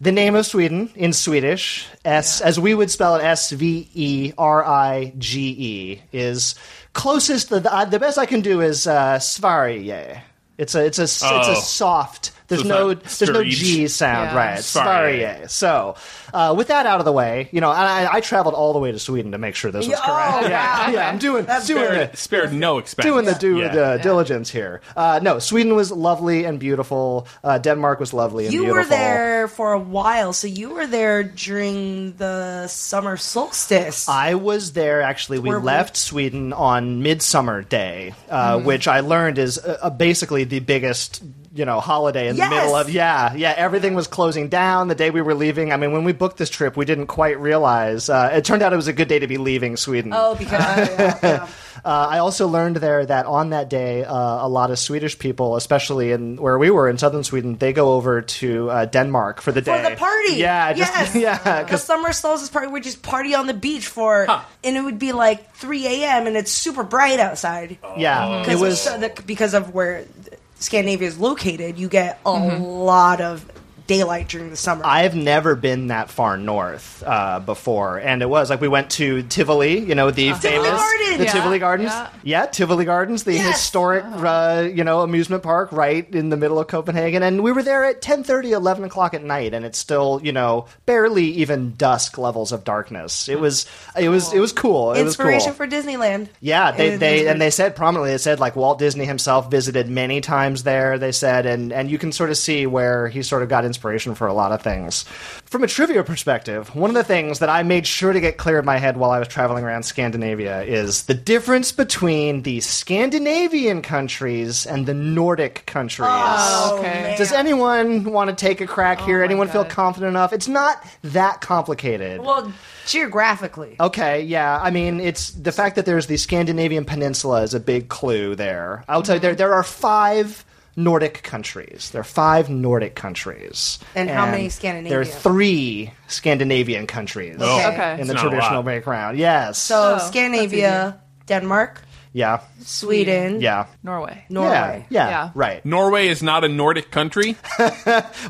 S3: The name of Sweden in Swedish, S as we would spell it, S V E R I G E, is closest. The, uh, the, the best I can do is uh, Sverige. It's a it's a s- it's
S5: Oh.
S3: a soft. There's
S5: it's
S3: no
S5: not
S3: there's no
S5: Sturige.
S3: G sound,
S4: Yeah.
S3: right?
S5: Sverige.
S3: Sverige. So, uh, with that out of the way, you know, and I, I traveled all the way to Sweden to make sure this was
S2: Yeah,
S3: correct.
S2: oh,
S3: yeah,
S2: wow.
S3: yeah, I'm doing doing it
S5: Spared, spared no expense.
S3: doing the due
S5: Yeah.
S3: the diligence here. Uh, no, Sweden was lovely and beautiful. Uh, Denmark was lovely and
S2: You
S3: beautiful.
S2: were there for a while, so you were there during the summer solstice.
S3: I was there actually. We
S2: Where we-
S3: left
S2: Mm-hmm.
S3: Sweden on Midsummer Day, uh, which I learned is uh, uh, basically the biggest you know holiday in
S2: Yes!
S3: the middle of yeah yeah everything was closing down the day we were leaving. I mean, when we booked this trip, we didn't quite realize. Uh, it turned out it was a good day to be leaving Sweden.
S2: Oh, because yeah, yeah.
S3: Uh, I also learned there that on that day, uh, a lot of Swedish people, especially in where we were in southern Sweden, they go over to uh, Denmark for the
S2: for
S3: day
S2: the party.
S3: Yeah, just,
S2: yes,
S3: yeah,
S2: The
S3: 'cause
S2: summer solstice party, we just party on the beach for, and it would be like 3 a.m. and it's super bright outside.
S3: yeah, Oh. it
S2: Because
S3: was.
S2: of the, because of where Scandinavia is located, you get a
S3: Mm-hmm.
S2: lot of daylight during the summer.
S3: I've never been that far north uh, before, and it was like we went to Tivoli, you know, the
S2: Tivoli
S3: famous
S2: Gardens!
S3: the
S2: Yeah,
S3: Tivoli Gardens,
S4: yeah.
S3: yeah. Tivoli Gardens, the
S2: Yes! Uh-huh.
S3: historic, uh, you know, amusement park right in the middle of Copenhagen, and we were there at 10:30, 11 o'clock at night, and it's still, you know, barely even dusk levels of darkness. It was, it was, it was cool. It was
S2: Inspiration for
S3: cool.
S2: Disneyland.
S3: Yeah, they,
S2: And-
S3: they and they said prominently. They said like Walt Disney himself visited many times there. They said, and and you can sort of see where he sort of got inspiration for a lot of things. From a trivia perspective, one of the things that I made sure to get clear in my head while I was traveling around Scandinavia is the difference between the Scandinavian countries and the Nordic countries.
S2: Oh,
S4: Okay.
S2: man.
S3: Does anyone want to take a crack here?
S4: Oh my
S3: anyone feel
S4: God.
S3: confident enough? It's not that complicated.
S2: well geographically?
S3: Okay, yeah. I mean, it's the fact that there's the Scandinavian peninsula is a big clue there. I'll tell you,
S2: Mm-hmm.
S3: there there are five Nordic countries. There are five Nordic countries.
S2: And how many
S3: There
S2: Scandinavia?
S3: are three Scandinavian countries.
S5: Oh.
S4: Okay.
S3: In the
S5: It's not a
S3: traditional
S5: lot.
S3: background, yes.
S2: So
S4: Oh,
S2: Scandinavia, Denmark,
S3: yeah,
S2: Sweden,
S3: yeah,
S4: Norway.
S2: Norway.
S3: yeah, yeah,
S4: Yeah.
S3: right.
S5: Norway is not a Nordic country.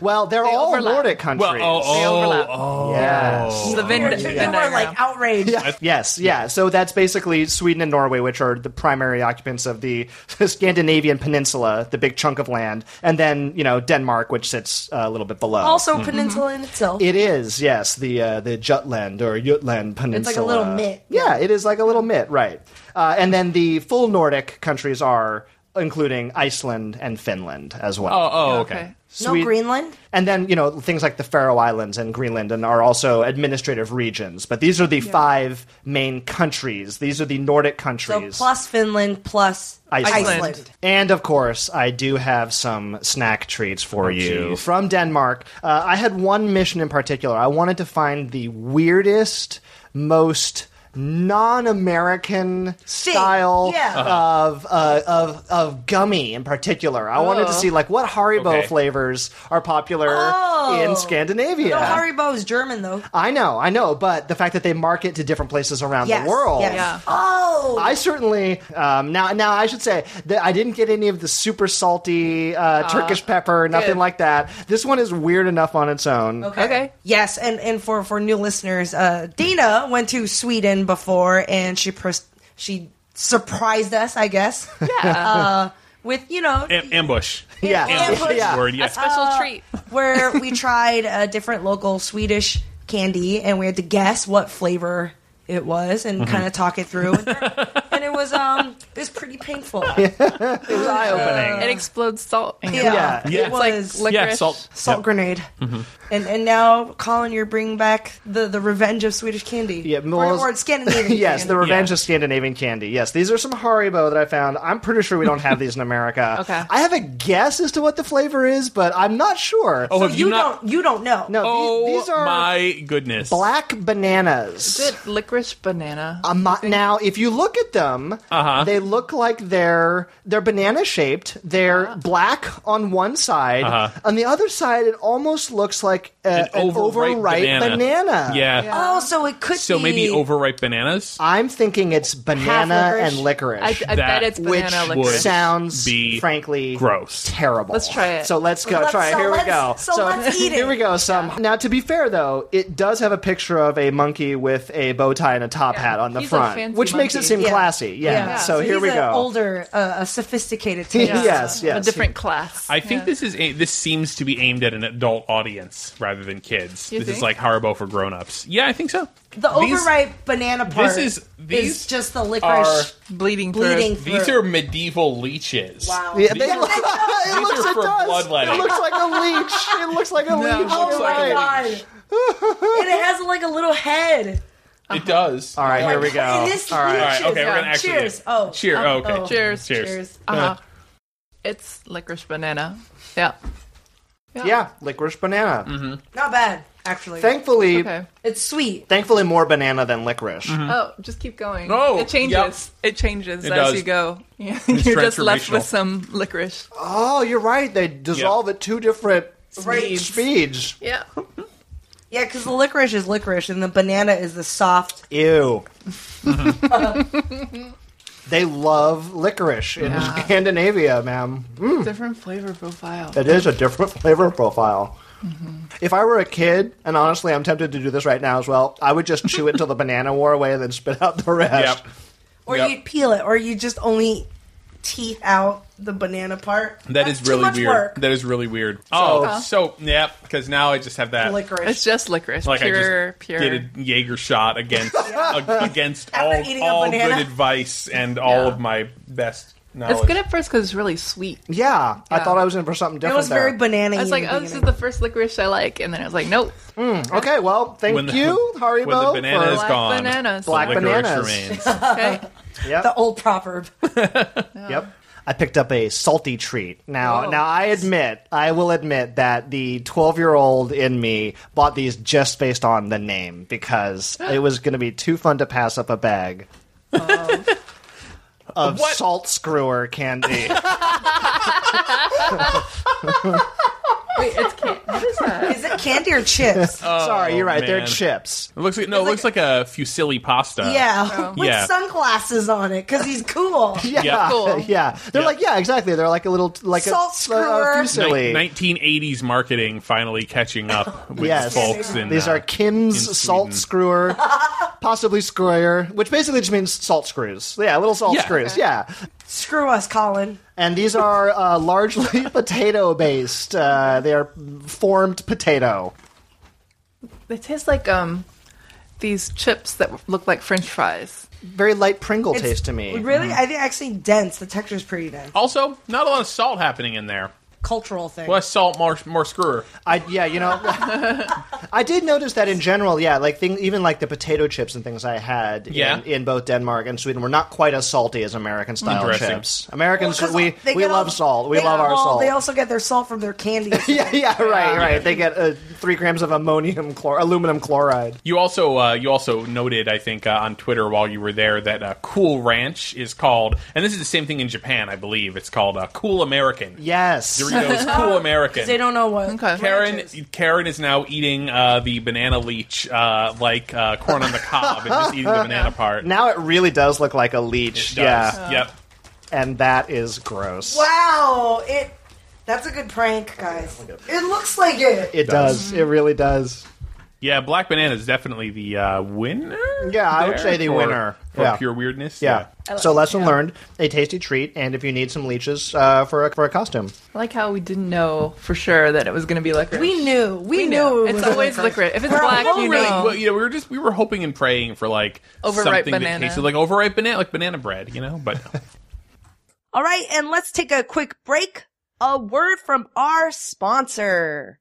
S3: Well, they're all
S4: overlap.
S3: Nordic countries.
S5: Well, oh,
S4: They
S5: oh,
S4: overlap.
S5: oh.
S3: Yes.
S4: The Venn,
S2: You
S4: Venn
S2: were
S4: diagram.
S2: like outraged.
S3: Yes, yeah. So that's basically Sweden and Norway, which are the primary occupants of the Scandinavian peninsula, the big chunk of land, and then you know Denmark, which sits uh, a little bit below.
S2: Also, peninsula in itself.
S3: it is yes the uh, the Jutland or Jutland peninsula.
S2: like a little mitt.
S3: Yeah, it is like a little mitt, right? Uh, and then the full Nordic countries are including Iceland and Finland as well.
S5: Oh, oh, okay.
S2: no
S3: Sweden-
S2: Greenland.
S3: And then, you know, things like the Faroe Islands and Greenland and are also administrative regions. But these are the five main countries. These are the Nordic
S2: So
S3: countries.
S2: plus Finland plus Iceland.
S3: Iceland.
S2: Iceland.
S3: And of course, I do have some snack treats for you
S5: geez.
S3: from Denmark. Uh, I had one mission in particular. I wanted to find the weirdest, most non-American style
S2: yeah.
S3: of, uh, of of gummy in particular. I wanted to see like what Haribo
S5: Okay.
S3: flavors are popular
S2: Oh.
S3: in Scandinavia.
S2: No, Haribo is German though.
S3: I know, I know, but the fact that they market to different places around
S2: Yes,
S3: the world.
S2: yes.
S4: Yeah.
S2: Oh,
S3: I certainly um, now now I should say that I didn't get any of the super salty uh, Turkish pepper, nothing
S4: good.
S3: like that. This one is weird enough on its own.
S2: Okay.
S4: Okay.
S2: Yes, and and for for new listeners, uh, Dana went to Sweden before, and she pers- she surprised us, I guess. Yeah. uh, with you know.
S5: Am- ambush.
S3: Yeah,
S5: Ambush is the
S3: yeah.
S5: word. Yeah.
S4: Special treat.
S2: where we tried a different local Swedish candy, and we had to guess what flavor it was, and
S3: Mm-hmm.
S2: kind of talk it through. And, there- and it was um, it was pretty painful. Yeah,
S3: It was eye opening.
S4: It explodes salt. in your
S3: Yeah.
S4: mouth.
S5: Yeah.
S2: it
S5: It's
S4: It's like
S2: was
S4: licorice.
S5: yeah, salt.
S2: salt grenade.
S3: Mm-hmm.
S2: And and now, Colin, you're bringing back the the revenge of Swedish candy.
S3: Yeah,
S2: or,
S3: well,
S2: or Scandinavian.
S3: yes,
S2: candy.
S3: the Revenge
S5: Yeah.
S3: of Scandinavian Candy. Yes, these are some Haribo that I found. I'm pretty sure we don't have these in America.
S4: Okay.
S3: I have a guess as to what the flavor is, but I'm not sure.
S5: Oh,
S2: So
S5: have
S2: you,
S5: you, not?
S2: don't you don't know.
S3: no, the-
S5: oh,
S3: these, are
S5: my goodness.
S3: black bananas.
S4: Is it licorice banana?
S3: Um, now, if you look at them,
S5: Uh-huh.
S3: they look like they're they're banana shaped. They're black on one side. On the other side, it almost looks like a, an, overripe, banana.
S5: Yeah.
S2: Oh, so it could
S5: So
S2: be
S5: maybe overripe bananas.
S3: I'm thinking it's banana
S2: licorice.
S3: and licorice.
S4: I, I
S5: That
S4: bet it's
S3: which
S4: banana
S5: would
S4: licorice.
S3: sounds
S5: be
S3: frankly
S5: gross.
S3: terrible.
S4: Let's try it.
S3: So let's go
S2: Let's-
S3: try it.
S2: so
S3: Here we
S2: let's-
S3: go.
S2: so let's eat it.
S3: Here we go. Some now. To be fair though, it does have a picture of a monkey with a bow tie and a top
S4: Yeah.
S3: hat on the
S4: He's a
S3: front,
S4: fancy
S3: which makes it
S4: monkey.
S3: seem
S2: Yeah.
S3: classy. Yeah.
S2: Yeah.
S3: So, here
S2: he's
S3: we
S2: an
S3: go.
S2: Older, uh, a sophisticated. taste.
S3: Yeah. Yes, yes.
S4: A different class.
S5: I think this is a- this seems to be aimed at an adult audience rather than kids.
S4: You
S5: this is
S4: think?
S5: like Haribo for grown-ups. Yeah, I think so.
S2: The
S5: These-
S2: overripe banana part.
S5: is- these
S2: just the
S5: are-
S2: licorice
S4: bleeding through.
S2: bleeding.
S5: These
S2: through.
S5: are medieval leeches.
S2: Wow.
S3: Yeah, they
S5: These
S3: look, it looks.
S5: are
S3: It
S5: for
S3: does.
S5: bloodletting.
S3: It looks like a leech. It looks like a leech.
S5: it
S2: Oh
S5: looks
S3: You're
S5: like a
S2: my
S3: right.
S2: god! and it has like a little head.
S5: It does.
S3: All right, here we go.
S2: It is
S3: Oh, All right.
S5: All right, okay, we're
S4: Yeah.
S5: gonna actually do
S2: Cheers.
S5: it.
S2: Oh.
S5: cheer.
S2: Oh,
S5: okay.
S2: oh.
S4: Cheers.
S5: Cheers.
S4: Uh-huh. It's licorice banana. Yeah.
S3: Yeah, licorice banana.
S2: Not bad, actually.
S3: Thankfully,
S4: Okay.
S2: it's sweet.
S3: thankfully more banana than licorice.
S4: Oh, just keep going.
S5: Oh,
S4: it changes. It changes
S5: It
S4: as
S5: does.
S4: you go. Yeah. You're just left
S5: transformational.
S4: with some licorice.
S3: Oh, you're right. They dissolve at two different
S2: Right.
S3: speeds.
S4: Yeah.
S2: Yeah, because the licorice is licorice and the banana is the soft.
S3: Ew. they love licorice in Scandinavia, ma'am.
S4: Different flavor profile.
S3: It is a different flavor profile.
S2: Mm-hmm.
S3: If I were a kid, and honestly, I'm tempted to do this right now as well, I would just chew it till the banana wore away and then spit out the rest.
S5: Yep.
S2: Or
S5: Yep.
S2: you'd peel it, or you just only teeth out the banana part.
S5: That
S2: That's
S5: is
S2: too
S5: really
S2: much
S5: weird.
S2: work.
S5: That is really weird. Oh, so yeah, because now I just have that.
S2: licorice.
S4: It's just licorice.
S5: like
S4: pure,
S5: I just
S4: pure.
S5: did a Jaeger shot against ag- against
S2: After
S5: all,
S2: eating a
S5: all good
S2: banana.
S5: advice and all
S4: Yeah.
S5: of my best knowledge.
S4: It's good at first because it's really sweet.
S3: Yeah, I
S4: Yeah.
S3: thought I was in for something
S2: it
S3: different.
S2: was very
S3: there.
S2: banana.
S4: I was like, oh, this is the first licorice I like. And then I was like, nope.
S3: okay, well, thank
S5: When the-
S3: you, Haribo.
S5: when the banana
S3: for-
S5: is
S4: Black
S5: gone,
S4: bananas.
S5: the
S3: Black
S5: licorice
S3: bananas.
S5: remains.
S4: Okay.
S3: Yep.
S2: the old proverb.
S3: Yep. I picked up a salty treat. Now, now I admit, I will admit that the 12-year-old in me bought these just based on the name because it was going to be too fun to pass up a bag
S2: Oh.
S3: of
S5: What?
S3: salt screwer candy.
S4: Wait, it's can't. What is that?
S2: is it candy or chips?
S3: Sorry, you're right. They're
S5: Oh, man.
S3: chips.
S5: It looks like no, it looks like a fusilli pasta.
S2: yeah,
S4: oh.
S2: with
S5: Yeah.
S2: sunglasses on it because he's cool.
S3: Yeah,
S5: Yeah.
S4: Cool.
S3: yeah. They're
S5: Yeah.
S3: like, yeah, exactly. They're like a little, like
S2: Salt
S3: a, a,
S2: screwer.
S3: a fusilli.
S5: Nineteen eighties marketing finally catching up with
S3: Yes.
S5: folks. In,
S3: These
S5: uh,
S3: are
S5: in
S3: Kim's salt
S5: Sweden.
S3: screwer, possibly screwer, which basically just means salt screws. Yeah, little salt
S5: Yeah.
S3: screws. Yeah.
S2: Screw us, Colin.
S3: And these are uh, largely potato based. Uh, they are formed potato.
S4: They taste like um these chips that look like French fries.
S3: Very light Pringle
S2: It's
S3: taste to me.
S2: Really, I think actually dense. The texture's pretty dense.
S5: also not a lot of salt happening in there.
S2: Cultural thing.
S5: Less salt, more more screwer.
S3: I, yeah, you know, I did notice that in general. Yeah, like thing, even like the potato chips and things I had
S5: Yeah.
S3: in, in both Denmark and Sweden were not quite as salty as American style
S5: Interesting.
S3: chips. Americans,
S2: 'Cause
S3: we
S2: they
S3: we
S2: get all-
S3: love salt. We
S2: they-
S3: love our
S2: well,
S3: salt.
S2: They also get their salt from their candy.
S3: yeah, yeah, right, right. They get uh, three grams of ammonium chlor, aluminum chloride.
S5: You also uh, you also noted, I think, uh, on Twitter while you were there that uh, Cool Ranch is called, and this is the same thing in Japan, I believe. It's called uh, Cool American.
S3: Yes.
S5: Doritos Cool American.
S2: They don't know what.
S4: Okay.
S5: Karen
S2: ranches.
S5: Karen is now eating uh, the banana leech uh, like uh, corn on the cob and just eating the banana part.
S3: Now it really does look like a leech.
S5: It does.
S3: Yeah.
S5: Yep.
S3: And that is gross.
S2: Wow, it. That's a good prank, guys. It looks like it.
S3: It does. It really does.
S5: Yeah, black banana is definitely the uh, winner.
S3: Yeah, I would
S5: there
S3: say the
S5: for-
S3: winner.
S5: for
S3: Yeah.
S5: pure weirdness.
S3: Yeah.
S4: I like
S3: So
S4: it,
S3: lesson
S4: yeah.
S3: learned: a tasty treat, and if you need some leeches uh, for a, for a costume,
S4: I like how we didn't know for sure that it was going to be licorice.
S2: We knew. We,
S4: We
S2: knew. it
S4: It's
S2: was
S4: always licorice. If it's black,
S5: Well,
S4: you
S5: really,
S4: know.
S5: well, you know, we were just we were hoping and praying for like
S4: Overripe
S5: something that
S4: banana.
S5: tasted like overripe banana, like banana bread, you know. But
S2: All right, and let's take a quick break. A word from our sponsor.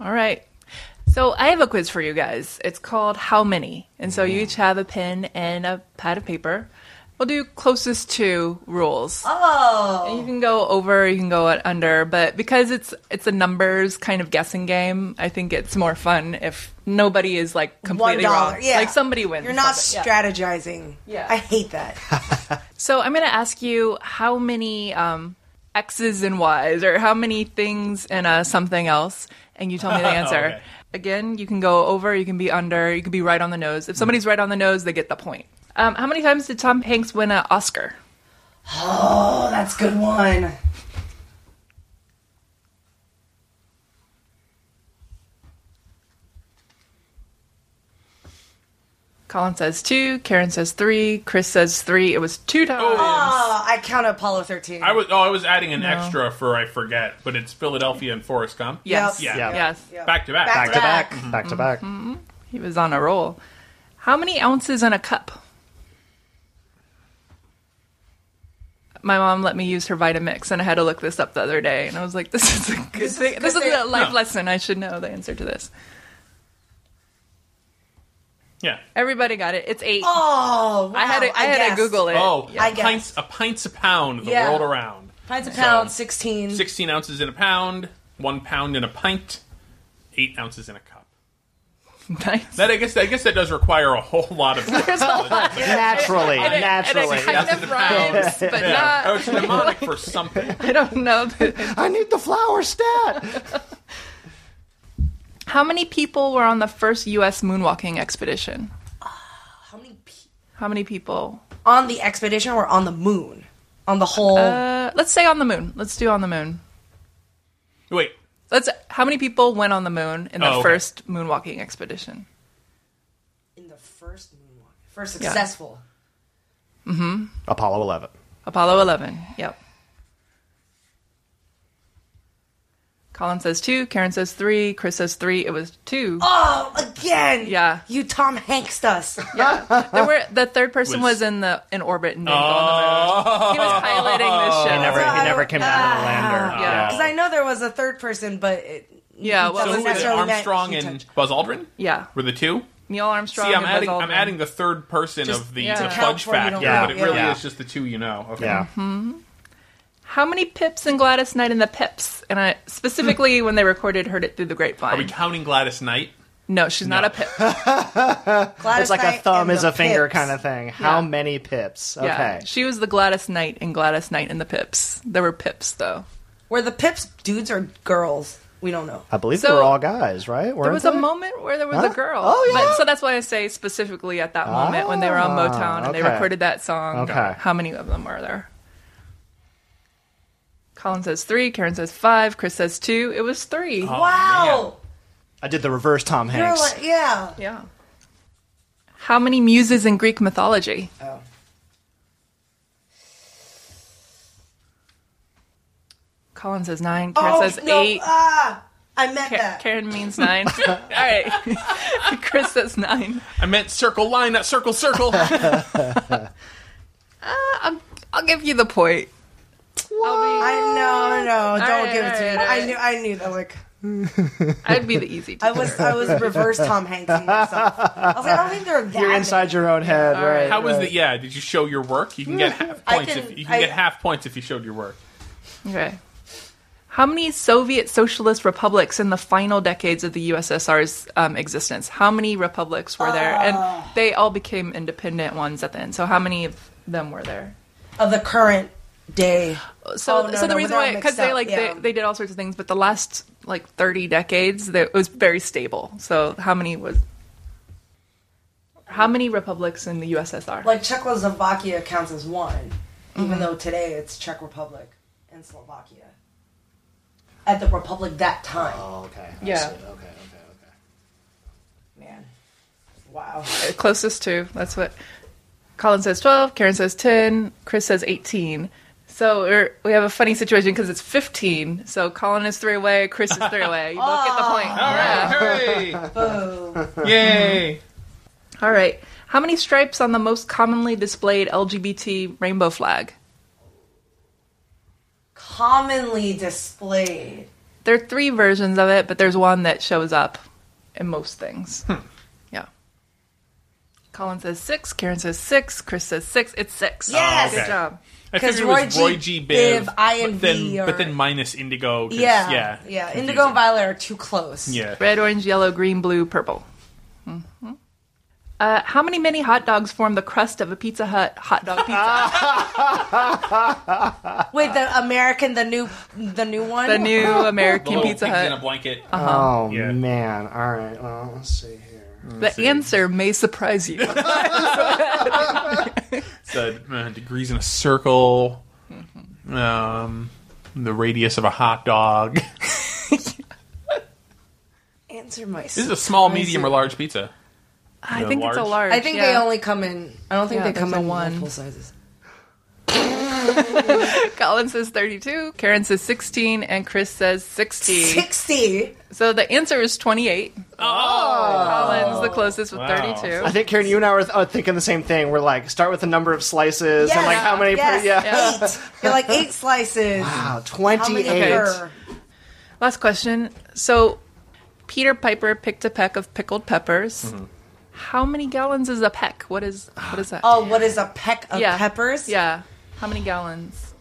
S4: All right. So I have a quiz for you guys. It's called How Many? And so you each have a pen and a pad of paper. We'll do closest to rules.
S2: Oh.
S4: You can go over, you can go at under, but because it's it's a numbers kind of guessing game, I think it's more fun if nobody is like
S2: One
S4: completely
S2: dollar.
S4: wrong.
S2: Yeah.
S4: Like somebody wins.
S2: You're not
S4: something. Yeah.
S2: strategizing.
S4: Yeah.
S2: I hate that.
S4: So I'm going to ask you how many um, X's and Y's, or how many things and uh, something else, and you tell me the answer.
S5: Okay.
S4: Again, you can go over, you can be under, you can be right on the nose. If somebody's right on the nose, they get the point. Um, how many times did Tom Hanks win an Oscar?
S2: Oh, that's a good one.
S4: Colin says two, Karen says three, Chris says three. It was two times.
S2: Oh, I count Apollo 13.
S5: I was oh, I was adding an extra for I forget, but it's Philadelphia and Forrest Gump.
S4: Yes.
S5: Yeah.
S3: Yeah.
S4: Yes.
S2: Yep.
S5: Back to back.
S2: Back
S5: right?
S3: Back to back. Mm-hmm. Back to back.
S4: He was on a roll. How many ounces in a cup? My mom let me use her Vitamix, and I had to look this up the other day. And I was like, "This is a good thing.
S2: good
S4: this is
S2: thing."
S4: a life
S5: No.
S4: lesson. I should know the answer to this."
S5: Yeah.
S4: Everybody got it. It's eight.
S2: Oh, wow.
S4: I had to, I, had to
S2: guessed.
S4: Google it.
S5: Oh,
S4: Yeah.
S5: a pints a pints a pound the
S2: Yeah.
S5: world around.
S2: Pints a
S5: So,
S2: pound, 16.
S5: Sixteen ounces in a pound, one pound in a pint, eight ounces in a cup.
S4: nice.
S5: That I guess I guess that does require a whole lot of.
S3: Naturally,
S4: And it-
S3: naturally.
S4: and it kind of rhymes, but
S5: Oh,
S4: not.
S5: it's mnemonic for something.
S4: I don't know.
S3: I need the flower stat.
S4: How many people were on the first U.S. moonwalking expedition?
S2: How many pe-
S4: How many people?
S2: on the expedition or on the moon? On the whole.
S5: Oh.
S4: Uh, let's say on the moon. Let's do on the moon.
S5: Wait,
S4: Let's. How many people went on the moon in the
S5: Oh, okay.
S4: first moonwalking expedition?
S2: in the first moonwalk. First successful.
S3: Apollo 11.
S4: Apollo Eleven. Yep. Colin says two. Karen says three. Chris says three. It was two.
S2: Oh, again.
S4: Yeah.
S2: You Tom Hanks us.
S4: There were the third person
S5: Was-
S4: was,
S5: Oh.
S4: in the in orbit and didn't go on the moon. He was piloting this ship.
S3: He never, he never came down to the lander.
S4: Yeah.
S2: Because I know there was a third person, but it,
S4: yeah. What
S5: so
S4: was
S5: who is it?
S4: it?
S2: necessarily meant
S5: Armstrong
S2: he
S5: and
S2: touched-
S5: Buzz Aldrin
S4: Yeah.
S5: were the two.
S4: Neil Armstrong.
S5: See,
S4: and
S5: I'm
S4: Buzz
S5: adding I'm
S4: Aldrin.
S5: adding the third person
S4: Just-
S5: of the,
S4: yeah.
S5: the
S4: To
S2: help
S5: fudge
S2: where you
S5: factor,
S2: don't
S3: know.
S5: but it really
S3: Yeah.
S5: is just the two you know. Okay.
S3: Yeah.
S4: Mm-hmm. How many pips in Gladys Knight and the Pips? And I specifically when they recorded, heard it through the grapevine.
S5: Hmm. Are we counting Gladys Knight?
S4: no, she's not a pip.
S2: Gladys
S3: It's like a
S2: Knight
S3: thumb
S2: and
S3: is
S2: the
S3: a finger
S2: Pips.
S3: kind of thing. How
S4: Yeah.
S3: many pips? Okay.
S4: Yeah. She was the Gladys Knight and Gladys Knight and the Pips. There were Pips though.
S2: Were the Pips dudes or girls? We don't know.
S3: I believe
S4: So-
S3: we're all guys, right?
S4: There
S3: Weren't
S4: was a
S3: they?
S4: moment where there was
S3: Huh?
S4: a girl.
S3: Oh, yeah. Ah,
S4: But, so that's why I say specifically at that moment when they were on Motown and they
S3: okay.
S4: recorded that song.
S3: Okay.
S4: How many of them are there? Colin says three, Karen says five, Chris says two. It was three.
S3: Oh,
S2: Oh. wow.
S3: I did the reverse Tom
S2: You're
S3: Hanks.
S2: like, yeah.
S4: Yeah. How many muses in Greek mythology?
S3: Oh.
S4: Colin says nine, Karen
S2: Oh,
S4: says
S2: no,
S4: eight.
S2: Ah, I meant
S4: Ka-
S2: that.
S4: Karen means nine. All right. Chris says nine.
S5: I meant circle line, not circle circle.
S4: I'll, I'll give you the point. I'll
S2: I know, no, don't
S4: right,
S2: give it to
S4: all
S2: me.
S4: right, all
S2: I knew, I knew that. Like,
S4: be, I'd be the easy.
S2: I was, I was reverse Tom Hanks myself. I was like, I don't think they're that.
S3: You're inside your own head, right?
S5: How was the? Yeah, did you show your work? You can get half
S2: Hmm. I
S5: points
S2: can-
S5: if you can
S2: I-
S5: get half points if you showed your work.
S4: Okay. How many Soviet socialist republics in the final decades of the USSR's um, existence? How many republics were there?
S2: Uh.
S4: And they all became independent ones at the end. So how many of them were there?
S2: big of the current day.
S4: So,
S2: Oh, no,
S4: so the
S2: no,
S4: reason
S2: they're all
S4: why,
S2: mixed
S4: because they
S2: up,
S4: like
S2: yeah.
S4: they, they did all sorts of things, but the last like thirty decades, they, it was very stable. So how many was? How many republics in the USSR?
S2: Like Czechoslovakia counts as one, even though today it's Czech Republic and Slovakia. At the Republic that time,
S3: Oh, okay. I
S4: Yeah.
S3: see. Okay, okay, okay.
S2: man. Wow.
S4: Uh, closest to. That's what Colin says 12, Karen says 10, Chris says 18. So we're, we have a funny situation because it's 15. So Colin is three away, Chris is three away. You both get the point.
S5: All right,
S2: Boom.
S5: hey, yay!
S4: All right. How many stripes on the most commonly displayed LGBT rainbow flag?
S2: Commonly displayed.
S4: There are three versions of it,
S5: Hmm.
S4: but there's one that shows up in most things. Yeah. Colin says six. Karen says six. Chris says six. It's six.
S2: Yes!
S4: Good
S5: Oh, Okay.
S4: job.
S5: I
S2: 'Cause
S5: figured it was
S2: Roy
S5: Roy
S2: G.
S5: G.
S2: Biv,
S5: Biv,
S2: INV
S5: but then,
S2: or-
S5: but then minus Indigo. 'cause-
S2: Yeah,
S5: yeah,
S2: yeah.
S5: confusing.
S2: Indigo and Violet are too close.
S5: Yeah,
S4: Red, orange, yellow, green, blue, purple. Mhm. Uh, how many mini hot dogs form the crust of a Pizza Hut hot dog pizza?
S2: Oh. Wait, the American, the new, the new one.
S4: the new
S5: The
S4: American
S5: little
S4: Pizza
S5: pigs in a
S4: Hut. Uh-huh.
S5: blanket.
S3: Oh
S5: Yeah.
S3: man! All right. Well, let's see here.
S4: The answer may surprise you.
S5: the uh, degrees in a circle,
S2: Mm-hmm.
S5: um, the radius of a hot dog. this
S2: answer my. This
S5: is a small, medium, or large pizza.
S4: I think it's a
S5: large.
S4: large.
S2: I think they
S4: yeah.
S2: only come in. I don't think
S4: Yeah,
S2: they come
S4: there's a
S2: in
S4: one.
S2: multiple sizes.
S4: Colin says 32, Karen says 16, and Chris says 60.
S2: Sixty.
S4: So the answer is 28. Oh! Colin's the closest with
S5: Wow.
S4: 32.
S3: I think Karen, you and I were th- uh, thinking the same thing. We're like, start with the number of slices and like how many.
S2: Yes,
S3: per, yeah.
S2: Eight. You're like eight slices.
S3: Wow,
S2: How many
S3: twenty-eight.
S2: per?
S4: Last question. So Peter Piper picked a peck of pickled peppers. How many gallons is a peck? What is what is that?
S2: Oh, what is a peck of
S4: Yeah.
S2: peppers?
S4: Yeah. How many gallons?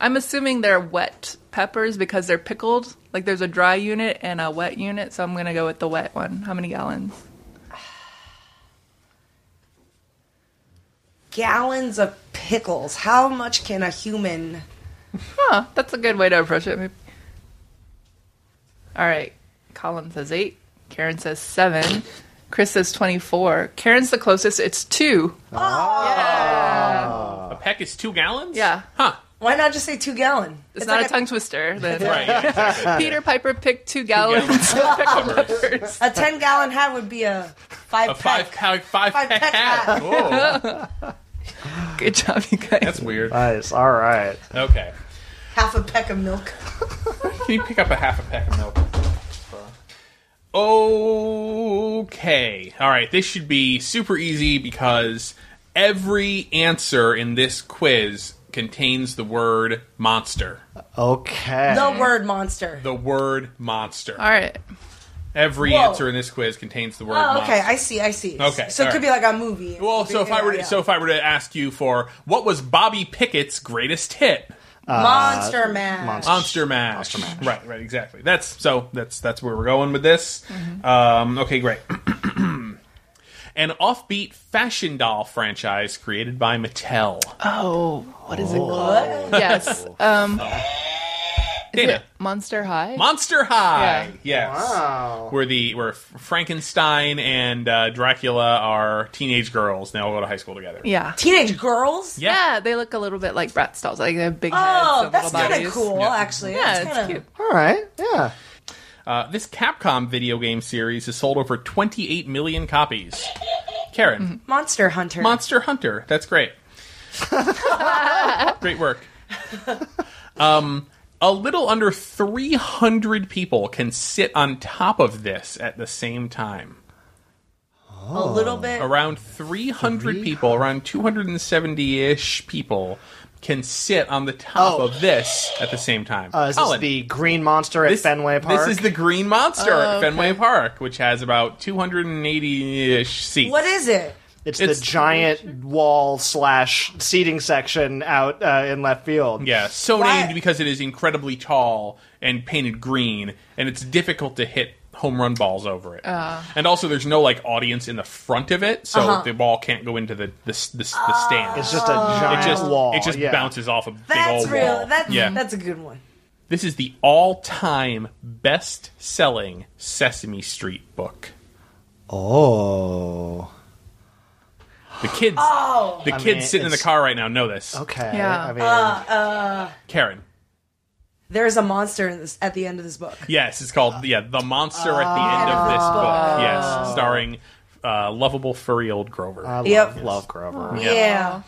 S4: I'm assuming they're wet peppers because they're pickled. Like there's a dry unit and a wet unit, so I'm going to go with the wet one. How many gallons?
S2: Gallons of pickles. How much can a human?
S4: Huh, that's a good way to approach it. Maybe. All right. Colin says eight. Karen says seven. Chris says 24. Karen's the closest. It's two.
S5: Ah. A peck is two gallons.
S4: Yeah.
S5: Huh.
S2: Why not just say two gallon?
S4: It's, not
S2: like
S4: a tongue twister. Then.
S5: Right. yeah, exactly.
S4: Peter Piper picked two gallons of pickled peppers.
S2: A ten gallon hat would be a five.
S5: A five
S2: peck.
S5: pack, five,
S2: Five
S5: pack,
S2: peck hat.
S5: hat. Whoa,
S4: Good job, you guys.
S5: that's weird.
S3: Nice. All right.
S5: Okay,
S2: half a peck of milk.
S5: can you pick up a half a pack of milk? Okay, all right. This should be super easy because every answer in this quiz contains the word monster.
S3: Okay.
S2: The word monster.
S5: The word monster.
S4: All right.
S5: Every
S2: Whoa.
S5: answer in this quiz contains the word
S2: Oh,
S5: monster.
S2: okay, I see, I see.
S5: Okay,
S2: so it
S5: all
S2: could be
S5: right.
S2: like a movie.
S5: Well, so if I were to,
S2: Yeah,
S5: so if I were to ask you for what was Bobby Pickett's greatest hit,
S2: yeah. Uh, Monster Man,
S3: Monster.
S5: Monster Mash. Right, right, exactly. That's so that's that's where we're going with this.
S2: Mm-hmm.
S5: Um, okay, great. An offbeat fashion doll franchise created by Mattel.
S2: Uh,
S4: Oh, what is it called? Yes. Um,
S5: Dana,
S4: Monster High?
S5: Monster High. Yes.
S3: Wow.
S5: Where the where Frankenstein and uh, Dracula are teenage girls. They all go to high school together.
S4: yeah.
S2: teenage girls.
S5: Yeah.
S4: Yeah, they look a little bit like Bratz dolls. Like they have big heads
S2: Oh,
S4: and
S2: that's
S4: little
S2: kind of
S4: bodies.
S2: cool,
S5: Yeah.
S2: actually.
S4: Yeah,
S2: that's
S4: it's
S2: kinda,
S4: cute.
S3: All right. Yeah.
S5: Uh, this Capcom video game series has sold over 28 million copies. Karen,
S2: Monster Hunter.
S5: Monster Hunter. That's great. great work. Um, a little under 300 people can sit on top of this at the same time.
S2: a little bit.
S5: Around 300 people, around 270 ish people, can sit on the top of this at the same time.
S3: Oh. Uh, is this
S5: Colin,
S3: the green monster at
S5: Oh, this-
S3: Fenway Park?
S5: This is the Green Monster
S2: Oh,
S5: at Fenway Park, which has about 280 ish seats.
S2: What is it?
S3: it's,
S5: it's-
S3: the giant wall slash seating section out uh, in left field.
S5: Yeah, so
S2: Why-
S5: named because it is incredibly tall and painted green, and it's difficult to hit home run balls over it.
S2: Uh.
S5: and also, there's no like audience in the front of it, so
S2: Uh-huh.
S5: the ball can't go into the the the, the
S2: Oh.
S5: stand.
S3: It's just a giant
S5: it just
S3: wall.
S5: it just
S3: yeah.
S5: bounces off a big
S2: That's
S5: old
S2: real.
S5: wall.
S2: That's
S5: yeah.
S2: that's a good one.
S5: This is the all-time best-selling Sesame Street book.
S3: Oh.
S5: The kids, the kids
S3: mean,
S5: sitting in the
S3: it's-
S5: car right now know this.
S3: Okay.
S4: Yeah.
S3: I mean,
S2: Uh,
S5: Karen.
S2: There's a monster in this, at the end of this book.
S5: Yes, it's called yeah, The Monster at the End of
S3: Oh.
S5: This Book. Yes, starring uh, lovable furry old Grover.
S3: I love,
S2: Yep.
S3: love Grover.
S2: Yeah.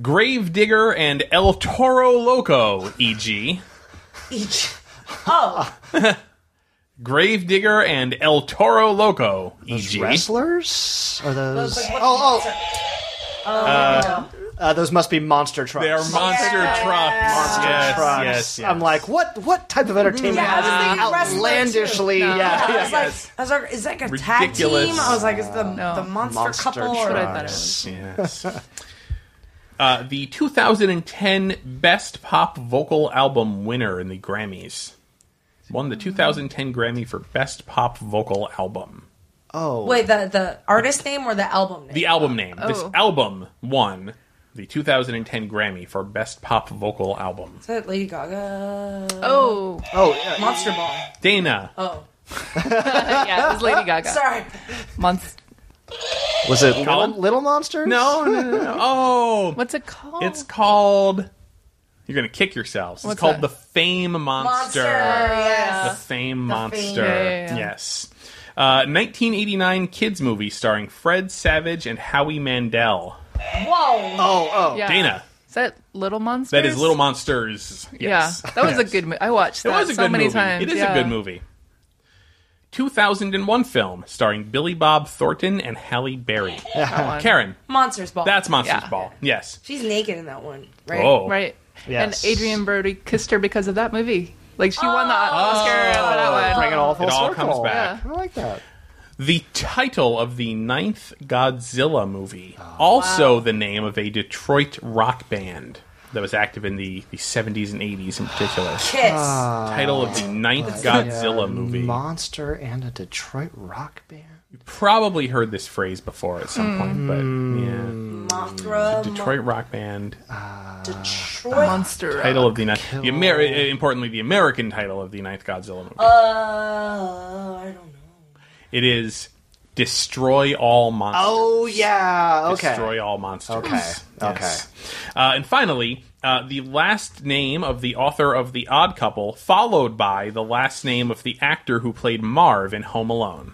S5: Gravedigger and El Toro Loco, E e.g.
S2: Each. Oh,
S5: Gravedigger and El Toro Loco, E
S3: Those
S5: e.g.
S3: uh, wrestlers? Are those?
S2: like,
S3: oh, oh. Uh, those must be monster trucks.
S5: They are monster trucks. yes,
S3: trucks.
S5: yes, yes.
S3: I'm like, what? What type of entertainment?
S2: Yeah, I was thinking wrestler, too.
S3: outlandishly.
S4: No.
S3: Yeah,
S2: I
S3: yeah.
S2: was like, I was like, is that like a tag
S5: Ridiculous.
S2: team? I was like, is the the monster,
S3: Monster
S2: couple?
S3: trucks.
S2: Or,
S4: I thought it was.
S5: Yes. Uh, the 2010 Best Pop Vocal Album winner in the Grammys won the 2010 Grammy for Best Pop Vocal Album.
S2: wait, the the artist name or the album name?
S5: The album name. This
S4: Oh.
S5: album won the 2010 Grammy for Best Pop Vocal Album.
S2: is that Lady Gaga?
S4: Oh,
S3: Oh, yeah.
S2: Monster Ball.
S5: Dana.
S2: Oh,
S4: yeah, it was Lady Gaga.
S2: sorry.
S4: Monst-
S3: was it little,
S5: Colin?
S3: little Monsters?
S5: No, no, no, no. Oh,
S4: What's it called?
S5: it's called. You're gonna kick yourselves.
S4: What's
S5: it's called
S4: that?
S5: the Fame
S2: Monster.
S5: Monster.
S2: Yes.
S5: The Fame Monster.
S4: Uh, Yeah, yeah, yeah.
S5: Yes. Uh, 1989 kids movie starring Fred Savage and Howie Mandel.
S2: Whoa.
S3: Oh, oh.
S4: Yeah.
S5: Dana,
S4: Is that Little Monsters?
S5: that is Little Monsters. Yes.
S4: Yeah, that was a good movie. I watched
S5: It
S4: that
S5: was a
S4: so
S5: good
S4: many
S5: movie.
S4: times.
S5: It is
S4: yeah.
S5: a good movie. 2001 film starring Billy Bob Thornton and Halle Berry.
S4: That one.
S5: Karen,
S2: Monsters Ball.
S5: that's Monsters
S4: Yeah.
S5: Ball. Yes.
S2: she's naked in that one, right?
S5: Oh,
S4: Right.
S3: Yes.
S4: And Adrian Brody kissed her because of that movie. Like she won the Oscar for that one.
S3: Bring it all full
S5: It all
S3: circle.
S5: comes back.
S3: I like that.
S5: The title of the ninth Godzilla movie, also the name of a Detroit rock band that was active in the, the 70s and 80s in particular.
S2: Kiss.
S5: title of the ninth Godzilla movie.
S3: Monster and a Detroit rock band.
S5: Probably heard this phrase before at some point,
S2: Hmm.
S5: but
S2: Mothra.
S5: yeah. Detroit rock band,
S2: Detroit.
S4: Monster.
S5: title of the ninth. The Ameri- importantly, the American title of the ninth Godzilla movie.
S2: Uh, I don't know.
S5: it is Destroy All Monsters.
S3: Oh yeah. Okay.
S5: Destroy all monsters.
S3: Okay.
S5: Uh, and finally, uh, the last name of the author of The Odd Couple, followed by the last name of the actor who played Marv in Home Alone.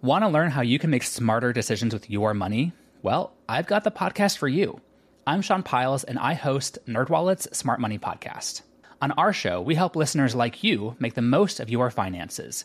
S6: Want to learn how you can make smarter decisions with your money? Well, I've got the podcast for you. I'm Sean Piles and I host NerdWallet's Smart Money Podcast. On our show, we help listeners like you make the most of your finances.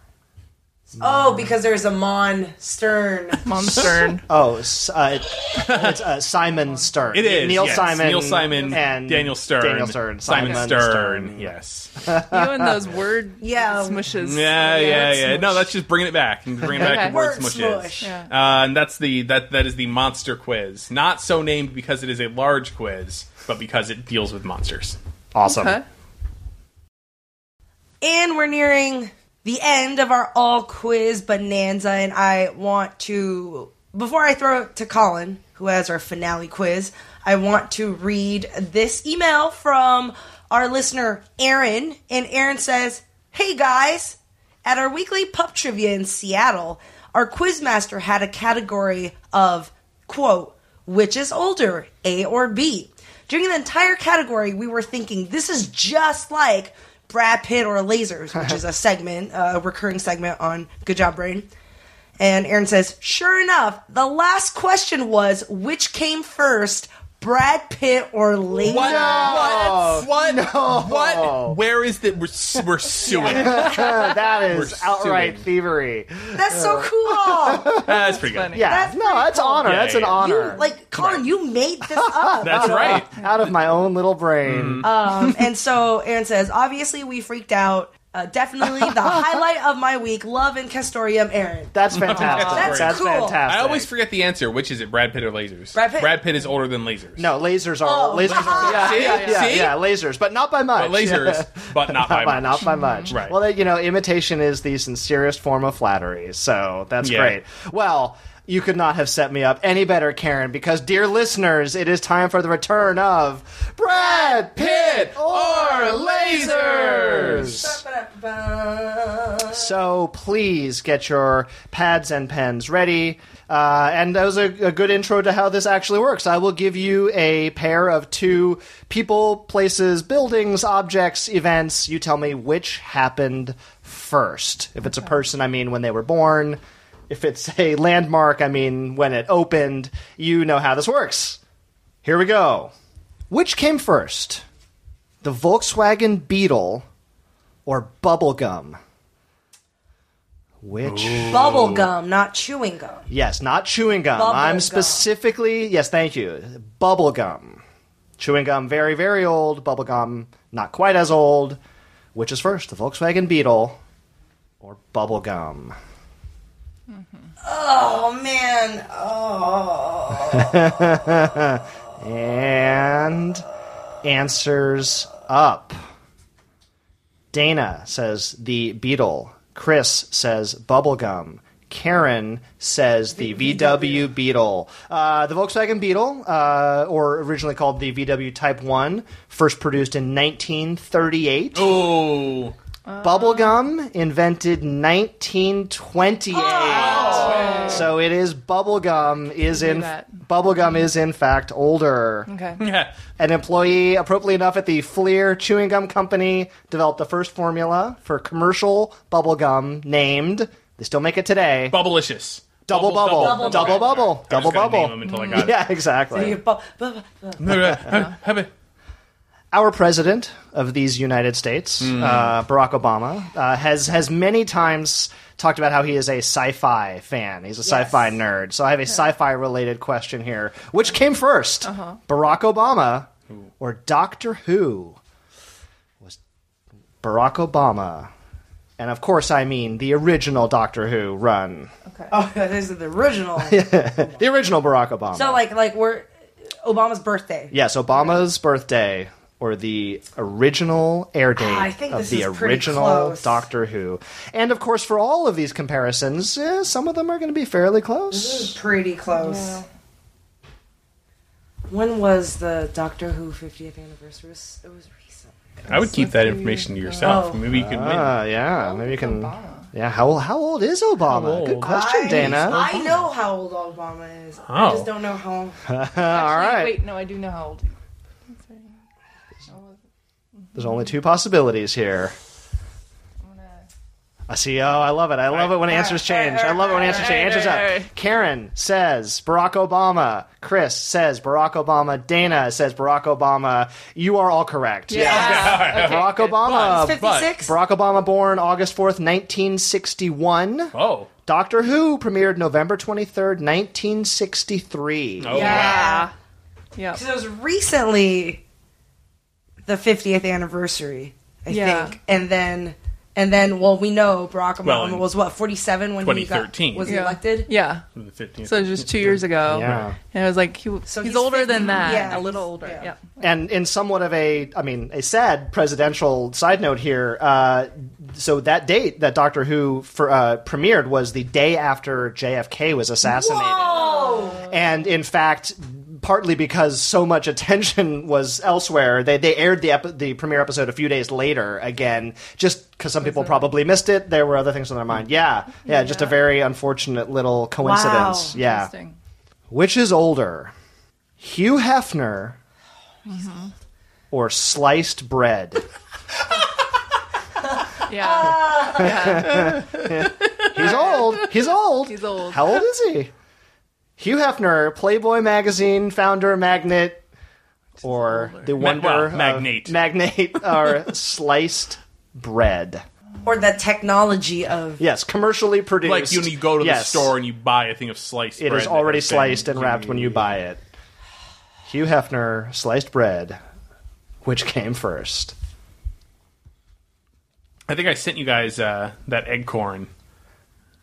S2: Oh, because there's a Mon Stern.
S4: Monster.
S3: Oh, s- uh, it- it's uh, Simon Stern.
S5: It is
S3: Neil
S5: yes.
S3: Simon.
S5: Neil Simon,
S3: and
S5: Daniel Stern,
S3: Daniel Stern.
S5: Simon,
S3: Simon
S5: Stern.
S3: Stern.
S5: Yes.
S4: you and those word
S2: Yeah.
S4: smushes.
S5: Yeah, yeah,
S2: word
S5: yeah. No,
S2: smush.
S5: that's just bringing it back and bringing back
S4: Okay.
S5: the word
S2: Word
S5: smushes.
S2: smush.
S4: Yeah.
S5: Uh, and that's the that that is the monster quiz. Not so named because it is a large quiz, but because it deals with monsters.
S3: Awesome.
S4: Okay.
S2: And we're nearing the end of our all quiz bonanza, and I want to, before I throw it to Colin, who has our finale quiz, I want to read this email from our listener, Aaron. And Aaron says, Hey guys, at our weekly pub trivia in Seattle, our quizmaster had a category of, quote, which is older, A or B? During the entire category, we were thinking this is just like Brad Pitt or Lasers, which is a segment, a recurring segment on Good Job Brain. And Aaron says, sure enough, the last question was which came first, Brad Pitt or Lasers?
S5: What? What? What? What? Where is the we're, s- we're suing?
S3: that is
S5: We're
S3: outright
S5: suing.
S3: thievery.
S2: That's so cool.
S5: That's pretty good.
S3: Yeah.
S2: That's
S3: no, that's honor.
S5: Yeah,
S3: that's
S5: yeah,
S3: an
S5: yeah.
S3: honor.
S2: You- like, Colin, you made this up.
S5: That's right.
S3: out of my own little brain.
S5: Mm-hmm.
S2: Um, and so Aaron says, obviously, we freaked out. Uh, definitely the highlight of my week. Love and Castorium Aaron.
S3: That's fantastic.
S2: That's cool.
S3: fantastic.
S5: I always forget the answer. Which is it, Brad Pitt or lasers?
S2: Brad Pitt.
S5: is older than lasers.
S3: no, lasers are
S2: Oh.
S3: lasers are yeah,
S5: See?
S3: yeah, yeah,
S5: See?
S3: yeah, lasers, but not by much.
S5: but lasers, but not
S3: Not by,
S5: by much. Mm-hmm.
S3: not by much.
S5: Right.
S3: Well, they- you know, imitation is the sincerest form of flattery, so that's
S5: Yeah.
S3: great. Well, you could not have set me up any better, Karen, because, dear listeners, it is time for the return of Brad Pitt or Lasers. So please get your pads and pens ready. Uh, and that was a, a good intro to how this actually works. I will give you a pair of two people, places, buildings, objects, events. You tell me which happened first. If it's a person, I mean when they were born. If it's a landmark, I mean when it opened. You know how this works. Here we go. Which came first? The Volkswagen Beetle or bubblegum? Which?
S2: Bubble gum, not chewing gum.
S3: Yes, not chewing gum.
S2: Bubble
S3: I'm
S2: gum.
S3: specifically, yes, thank you. Bubblegum. Chewing gum, very, very old. Bubblegum, not quite as old. Which is first, the Volkswagen Beetle or bubblegum?
S2: Oh man. Oh.
S3: And answers up. Dana says the Beetle. Chris says bubblegum. Karen says the VW Beetle. Uh, the Volkswagen Beetle, uh, or originally called the VW Type 1, first produced in 1938.
S5: Oh,
S3: Bubblegum invented 1928. So it is bubblegum is in
S4: that.
S3: bubblegum is in fact older.
S4: Okay.
S5: yeah.
S3: An employee, appropriately enough, at the Fleer Chewing Gum Company developed the first formula for commercial bubblegum named, they still make it today,
S5: Bubblicious.
S3: Double Bubble. Double Bubble.
S5: I was
S3: Double
S5: gonna
S3: Bubble.
S5: name 'em until I got it.
S3: Yeah, exactly.
S2: Bu- bu- bu- bu-
S3: Our president of these United States, uh, Barack Obama, uh, has, has many times talked about how he is a sci fi fan. He's a sci fi nerd. So I have a sci fi related question here. Which came 1st Barack Obama or Doctor Who? Was Barack Obama. And of course, I mean the original Doctor Who run.
S2: Oh, this is the original.
S3: The original Barack Obama.
S2: So like like we're Obama's birthday.
S3: Yes, Obama's birthday or the original air date
S2: Ah, I think
S3: of
S2: this
S3: the
S2: is pretty
S3: original
S2: close.
S3: Doctor Who. And of course, for all of these comparisons, eh, some of them are going to be fairly close.
S2: Pretty close. When was the Doctor Who 50th anniversary? It was, it was recent.
S5: I would keep that information to yourself.
S2: Oh.
S5: Maybe you can win.
S3: Uh, yeah, maybe you can. Yeah, how, how old is Obama?
S5: How old?
S3: Good question, Dana.
S2: I know how old Obama is. I
S5: Oh.
S2: just don't know how.
S3: all right.
S4: Wait, no, I do know how old.
S3: There's only two possibilities here. I see. Oh, I love it. I love it when answers change. I love it when answers change. Answers up. Karen says Barack Obama. Chris says Barack Obama. Dana says Barack Obama. You are all correct.
S4: Yeah. Okay,
S3: Barack
S4: good.
S3: Obama.
S2: 56?
S3: Barack Obama born August 4th, 1961.
S5: Oh.
S3: Doctor Who premiered November 23rd, 1963.
S5: Oh,
S4: Yeah. Yeah.
S2: Because it was recently the 50th anniversary, I
S4: Yeah.
S2: think. And then, and then, well, we know Barack Obama
S5: Well, in
S2: was what, 47 when he got,
S5: 2013.
S2: was
S4: Yeah.
S2: elected?
S4: Yeah.
S5: wow. The 15th.
S4: So it was just two years ago.
S3: Yeah.
S4: And I was like, he,
S2: So
S4: he's,
S2: he's
S4: older
S2: 50,
S4: than that.
S2: yeah,
S4: a little older.
S2: he's-
S4: Yeah.
S2: yeah.
S3: and in somewhat of a, I mean, a sad presidential side note here. Uh, so that date that Doctor Who for, uh, premiered was the day after JFK was assassinated, and in fact. Partly because so much attention was elsewhere, they, they aired the epi- the premiere episode a few days later again, just because some people probably missed it. There were other things on their mind. Yeah, yeah, just a very unfortunate little coincidence. Yeah,
S4: Interesting.
S3: which is older, Hugh Hefner or sliced bread?
S4: Yeah.
S3: He's old. He's old.
S4: He's old.
S3: How old is he? Hugh Hefner, Playboy magazine founder, magnate, or the
S5: Ma-
S3: wonder
S5: well,
S3: of-
S5: magnate.
S3: magnate, or sliced bread.
S2: Or the technology of
S3: Yes, commercially produced.
S5: like you, you go to
S3: Yes.
S5: the store and you buy a thing of sliced
S3: It
S5: bread
S3: is already
S5: that's been-
S3: sliced and wrapped when you buy it. Hugh Hefner, sliced bread, which came first?
S5: I think I sent you guys uh, that eggcorn.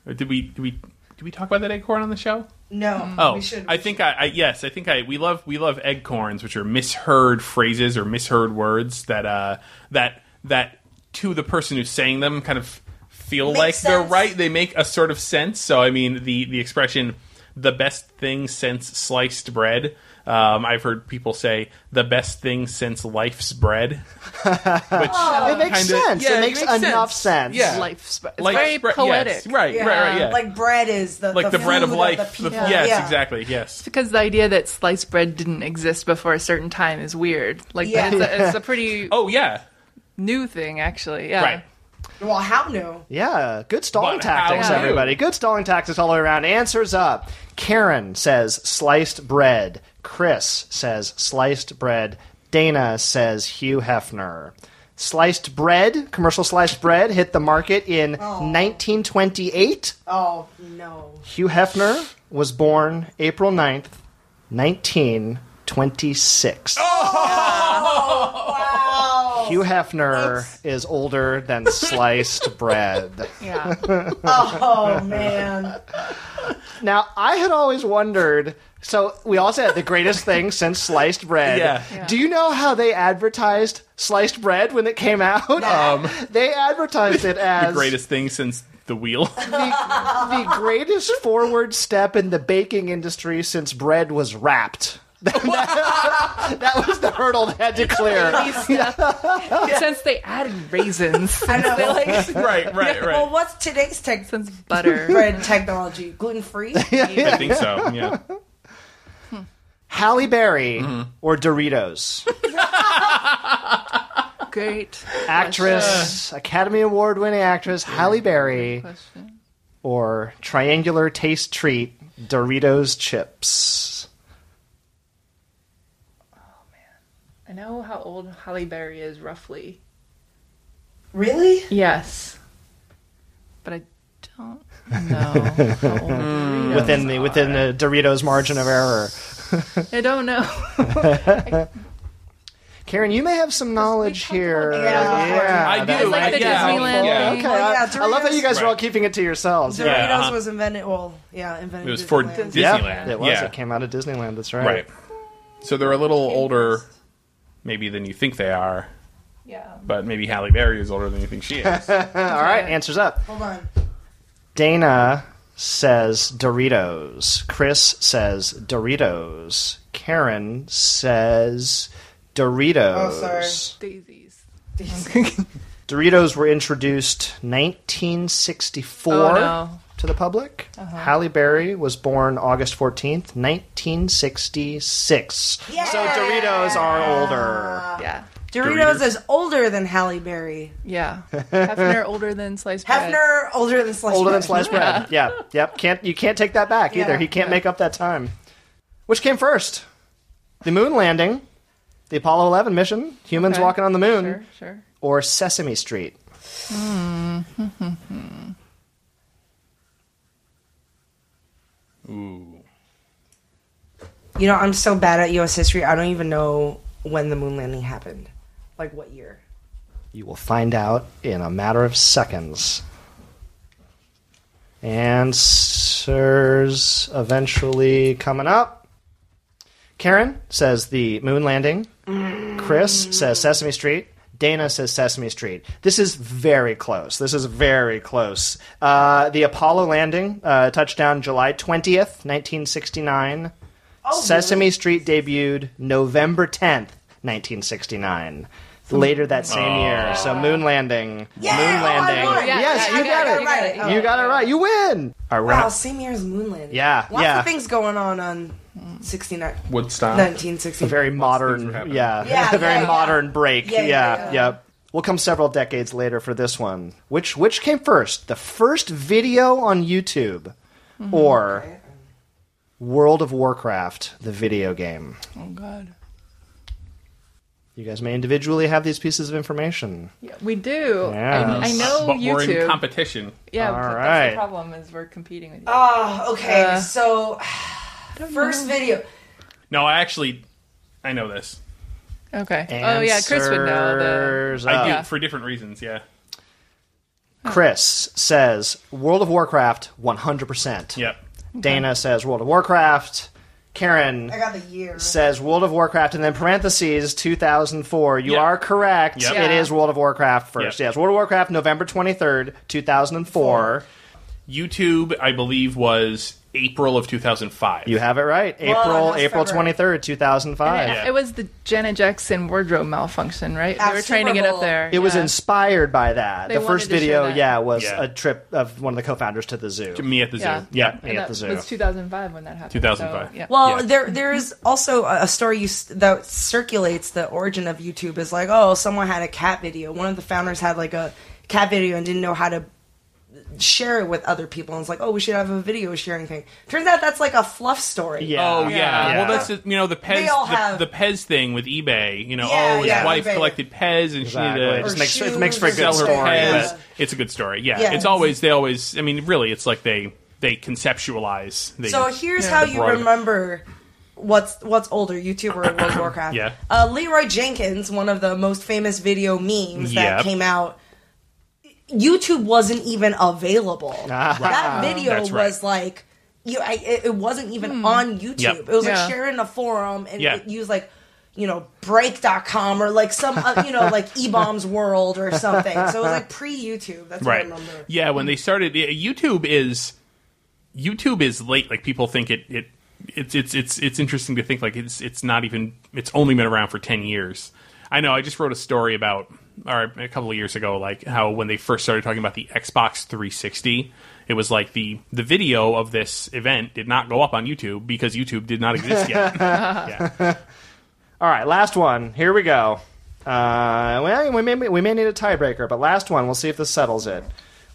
S5: Or Did we? Did we? Did we talk about that eggcorn on the show?
S2: No.
S5: Oh,
S2: we should.
S5: I think I, I yes, I think I we love we love eggcorns, which are misheard phrases or misheard words that uh that that to the person who's saying them kind of feel
S2: Makes
S5: like they're
S2: sense.
S5: right. They make a sort of sense. So I mean the the expression the best thing since sliced bread. Um, I've heard people say the best thing since life's bread, which
S2: Oh,
S3: it makes
S5: kinda-
S3: sense.
S5: yeah,
S3: it makes, enough sense.
S5: Yeah.
S4: Life sp- it's
S5: Life
S4: very
S5: spread-
S4: poetic.
S5: yes, right, right, right, yeah.
S2: Like bread is the
S5: like the, bread of
S2: food
S5: life.
S2: the
S5: the-
S2: people.
S5: yes,
S2: Yeah.
S5: exactly. Yes.
S4: Because the idea that sliced bread didn't exist before a certain time is weird. Like,
S2: Yeah.
S4: it's, a, it's a pretty
S5: Oh yeah.
S4: new thing, actually. Yeah.
S5: Right.
S2: Well, how new?
S3: Yeah, good stalling
S5: But how
S3: tactics,
S5: do you?
S3: everybody. Good stalling tactics all the way around. Answers up. Karen says sliced bread. Chris says sliced bread. Dana says Hugh Hefner. Sliced bread, commercial sliced bread, hit the market in 1928.
S2: Oh no.
S3: Hugh Hefner was born April 9th, 1926.
S5: Oh.
S2: Wow.
S3: Hugh Hefner is older than sliced bread.
S4: Yeah.
S2: Oh man.
S3: Now, I had always wondered. So we also had the greatest thing since sliced bread.
S5: Yeah.
S3: Do you know how they advertised sliced bread when it came out? Um, they advertised it as
S5: The greatest thing since the wheel.
S3: the greatest forward step in the baking industry since bread was wrapped. that, was the hurdle they had to clear.
S4: Since they added raisins,
S2: I know.
S5: right, right, right.
S2: Well, what's today's tech
S4: since butter.
S2: bread technology? Gluten free.
S5: I think so. Yeah.
S3: Halle Berry
S5: Mm-hmm.
S3: or Doritos?
S4: Great.
S3: Actress, Academy Award winning actress Halle Berry
S4: Question.
S3: or triangular taste treat Doritos chips.
S4: I know how old Halle Berry is roughly.
S2: Really?
S4: Yes. But I don't know how old
S5: Mm.
S4: Doritos
S3: within the within the Doritos margin of error.
S4: I don't know.
S3: Karen, you may have some knowledge
S4: talked about
S3: here.
S4: Doritos
S2: before.
S3: yeah,
S5: I do.
S3: that's-
S4: like the
S5: yeah.
S4: Disneyland
S5: yeah.
S4: thing.
S3: Okay,
S4: Oh,
S3: I,
S2: yeah,
S3: I love how you guys are all
S5: Right.
S3: keeping it to yourselves.
S2: Doritos
S3: Yeah.
S5: uh-huh.
S2: was invented. Well, yeah, invented.
S5: It was for
S2: Disneyland.
S5: Disney. Disneyland.
S3: Yeah, it was.
S5: Yeah.
S3: It came out of Disneyland. That's right.
S5: Right. So they're a little older, maybe than you think they are.
S4: Yeah.
S5: But maybe Halle Berry is older than you think she is.
S3: All right. Answers up.
S2: Hold on.
S3: Dana says Doritos. Chris says Doritos. Karen says Doritos.
S2: sorry.
S4: Daisies.
S3: Doritos were introduced 1964
S4: Oh, no. Uh-huh.
S3: to the public. Halle Berry was born August 14th, 1966. So Doritos are older.
S4: Yeah.
S2: Doritos,
S5: Doritos.
S2: is older than Halle Berry.
S4: Yeah. Hefner older than sliced bread.
S2: Hefner older than sliced
S3: Older than
S2: bread.
S3: sliced bread. Yeah. Yep. Can't you can't take that back either.
S2: Yeah.
S3: He can't make up that time. Which came first? The moon landing, the Apollo 11 mission, humans
S4: Okay.
S3: walking on the moon,
S4: Sure, sure.
S3: or Sesame Street?
S2: You know, I'm so bad at U.S. history. I don't even know when the moon landing happened, like what year.
S3: You will find out in a matter of seconds. Answers eventually coming up. Karen says the moon landing. Chris
S4: Mm.
S3: says Sesame Street. Dana says Sesame Street. This is very close. This is very close. Uh, the Apollo landing, uh, touchdown July 20th, 1969.
S4: Oh,
S3: Sesame Street debuted November 10th, 1969. Later that same year. So moon landing. Moon landing.
S2: Oh, I won.
S3: yes,
S4: yeah,
S3: you
S4: okay,
S3: got it.
S4: okay.
S2: Right.
S4: You
S2: Oh.
S3: You got it right. You win. All right.
S2: Wow, same year as moon landing.
S3: Yeah,
S2: Lots
S3: yeah. Mm.
S2: of things going on on 69,
S5: Woodstock.
S2: 1960.
S3: very
S5: things were
S3: modern,
S5: happening.
S3: yeah,
S2: Yeah,
S3: a very
S2: yeah, yeah.
S3: modern break.
S2: Yeah,
S3: Yeah,
S2: yeah,
S3: yeah,
S2: yeah.
S3: We'll come several decades later for this one. Which which came first, the first video on YouTube,
S2: Mm-hmm.
S3: or World of Warcraft, the video game?
S4: Oh god.
S3: You guys may individually have these pieces of information.
S4: Yeah, we do.
S3: Yeah.
S4: I, I know
S5: but
S4: you
S5: we're
S4: two.
S5: in competition.
S4: yeah,
S3: All
S4: but that's
S3: right.
S4: the problem is we're competing with you.
S2: Oh, okay.
S4: Uh,
S2: so, first video.
S5: No, I actually, I know this.
S4: okay. Oh yeah, Chris would know the
S3: Answers
S5: I
S3: up.
S5: do for different reasons. Yeah.
S3: Chris says World of Warcraft 100%.
S5: Yep.
S3: Dana says World of Warcraft. Karen
S2: I got the year.
S3: says World of Warcraft and then parentheses 2004. You
S5: Yep.
S3: are correct.
S5: Yep.
S3: It
S4: Yeah.
S3: is World of Warcraft first.
S5: Yep.
S3: Yes, World of Warcraft November 23rd, 2004.
S5: YouTube, I believe, was April of 2005.
S3: You have it right.
S2: Well,
S3: April
S2: that's
S3: April
S2: February.
S3: 23rd, 2005.
S5: Yeah.
S4: It was the Janet Jackson wardrobe malfunction, right?
S2: At
S4: they were trying to
S2: Super
S4: get up
S2: Bowl.
S4: there.
S3: It was
S4: yeah.
S3: inspired by that.
S4: They
S3: the
S4: wanted
S3: first
S4: to show
S3: video,
S4: that.
S3: yeah, was
S5: Yeah.
S3: a trip of one of the co-founders to the zoo.
S5: me at the zoo.
S4: Yeah.
S5: Yeah.
S3: me
S4: And
S3: at
S4: that
S3: the zoo.
S4: was 2005 when that happened.
S5: 2005.
S4: So, yeah.
S2: Well,
S5: Yeah.
S2: there there is also a a story you, s- that circulates the origin of YouTube is like, oh, someone had a cat video. One of the founders had like a cat video and didn't know how to share it with other people. And it's like, oh, we should have a video sharing thing. Turns out that's like a fluff story.
S3: yeah.
S5: Oh yeah.
S3: Yeah.
S5: Well, that's the- you know the Pez
S2: all
S5: the,
S2: have-
S5: the Pez thing with eBay. You know,
S2: Yeah,
S5: oh his
S2: yeah,
S5: wife
S2: eBay.
S5: collected Pez and
S3: Exactly.
S5: she
S3: It
S5: did a
S3: just
S2: Or
S3: makes, it makes for a
S2: shoes
S3: good
S2: or
S5: sell her
S3: story.
S2: something.
S5: Pez.
S3: but-
S2: Yeah.
S5: It's a good story. Yeah.
S2: Yeah.
S5: It's always they always. I mean, really, it's like they they conceptualize. The,
S2: So here's how you
S5: Right.
S2: remember what's what's older, YouTube or World of Warcraft.
S5: Yeah.
S2: Uh, Leroy Jenkins, one of the most famous video memes that
S5: Yep.
S2: came out. YouTube wasn't even available. That video
S5: Ah, That's right.
S2: was like you. I, it, it wasn't even on YouTube.
S5: Yep.
S2: It was
S4: Yeah.
S2: like sharing a forum and
S5: Yeah.
S2: it used like you know break.com or like some uh, you know like ebombs world or something. So it was like pre YouTube. That's
S5: right.
S2: what I remember.
S5: Yeah. When they started, yeah, YouTube is YouTube is late. Like people think it it. It's it's it's it's interesting to think like it's it's not even it's only been around for ten years. I know. I just wrote a story about or a couple of years ago, like how when they first started talking about the Xbox 360, it was like the the video of this event did not go up on YouTube because YouTube did not exist yet. yeah.
S3: All right, last one. Here we go. Uh, well, we may we may need a tiebreaker, but last one. We'll see if this settles it.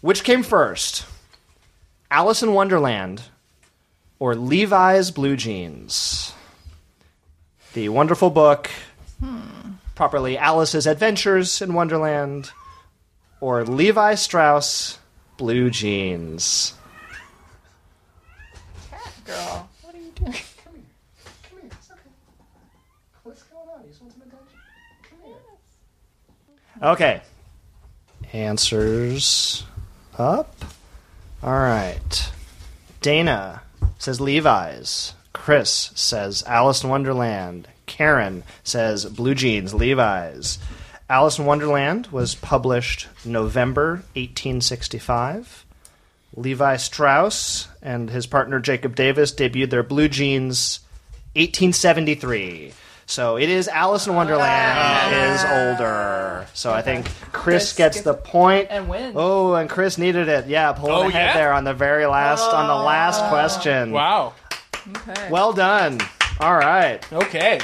S3: Which came first, Alice in Wonderland or Levi's Blue Jeans? The wonderful book, properly Alice's Adventures in Wonderland, or Levi Strauss Blue Jeans?
S4: Girl. What are you doing?
S3: Okay. Answers up. All right. Dana says Levi's. Chris says Alice in Wonderland. Karen says Blue Jeans, Levi's. Alice in Wonderland was published November 1865. Levi Strauss and his partner Jacob Davis debuted their Blue Jeans 1873. So it is Alice in Wonderland is older. So I think Chris gets the point
S4: and wins.
S3: Oh, and Chris needed it. Yeah, pulling
S5: Oh,
S3: ahead
S5: yeah?
S3: there on the very last on the last
S2: Oh.
S3: question.
S5: Wow.
S4: Okay.
S3: Well done. All right.
S5: Okay.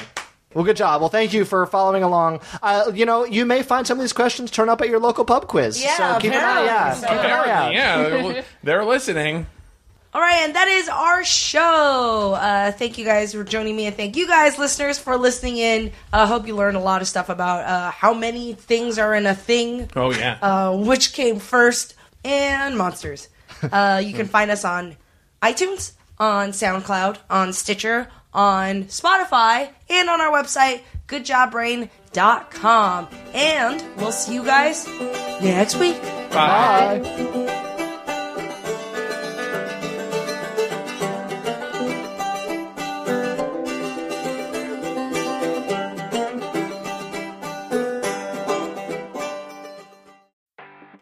S3: Well, good job. Well, thank you for following along. Uh, you know, you may find some of these questions turn up at your local pub quiz.
S2: Yeah,
S3: so keep an eye.
S2: apparently
S3: Yeah,
S2: so.
S3: keep an eye out.
S5: Yeah, they're- they're listening.
S2: All right, and that is our show. Uh, thank you guys for joining me, and thank you guys, listeners, for listening in. I hope you learned a lot of stuff about uh, how many things are in a thing,
S5: Oh yeah.
S2: uh, which came first, and monsters. Uh, you can find us on iTunes, on SoundCloud, on Stitcher, on Spotify, and on our website, goodjobbrain.com. And we'll see you guys next week.
S5: Bye.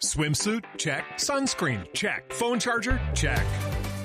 S7: Swimsuit? Check. Sunscreen? Check. Phone charger? Check.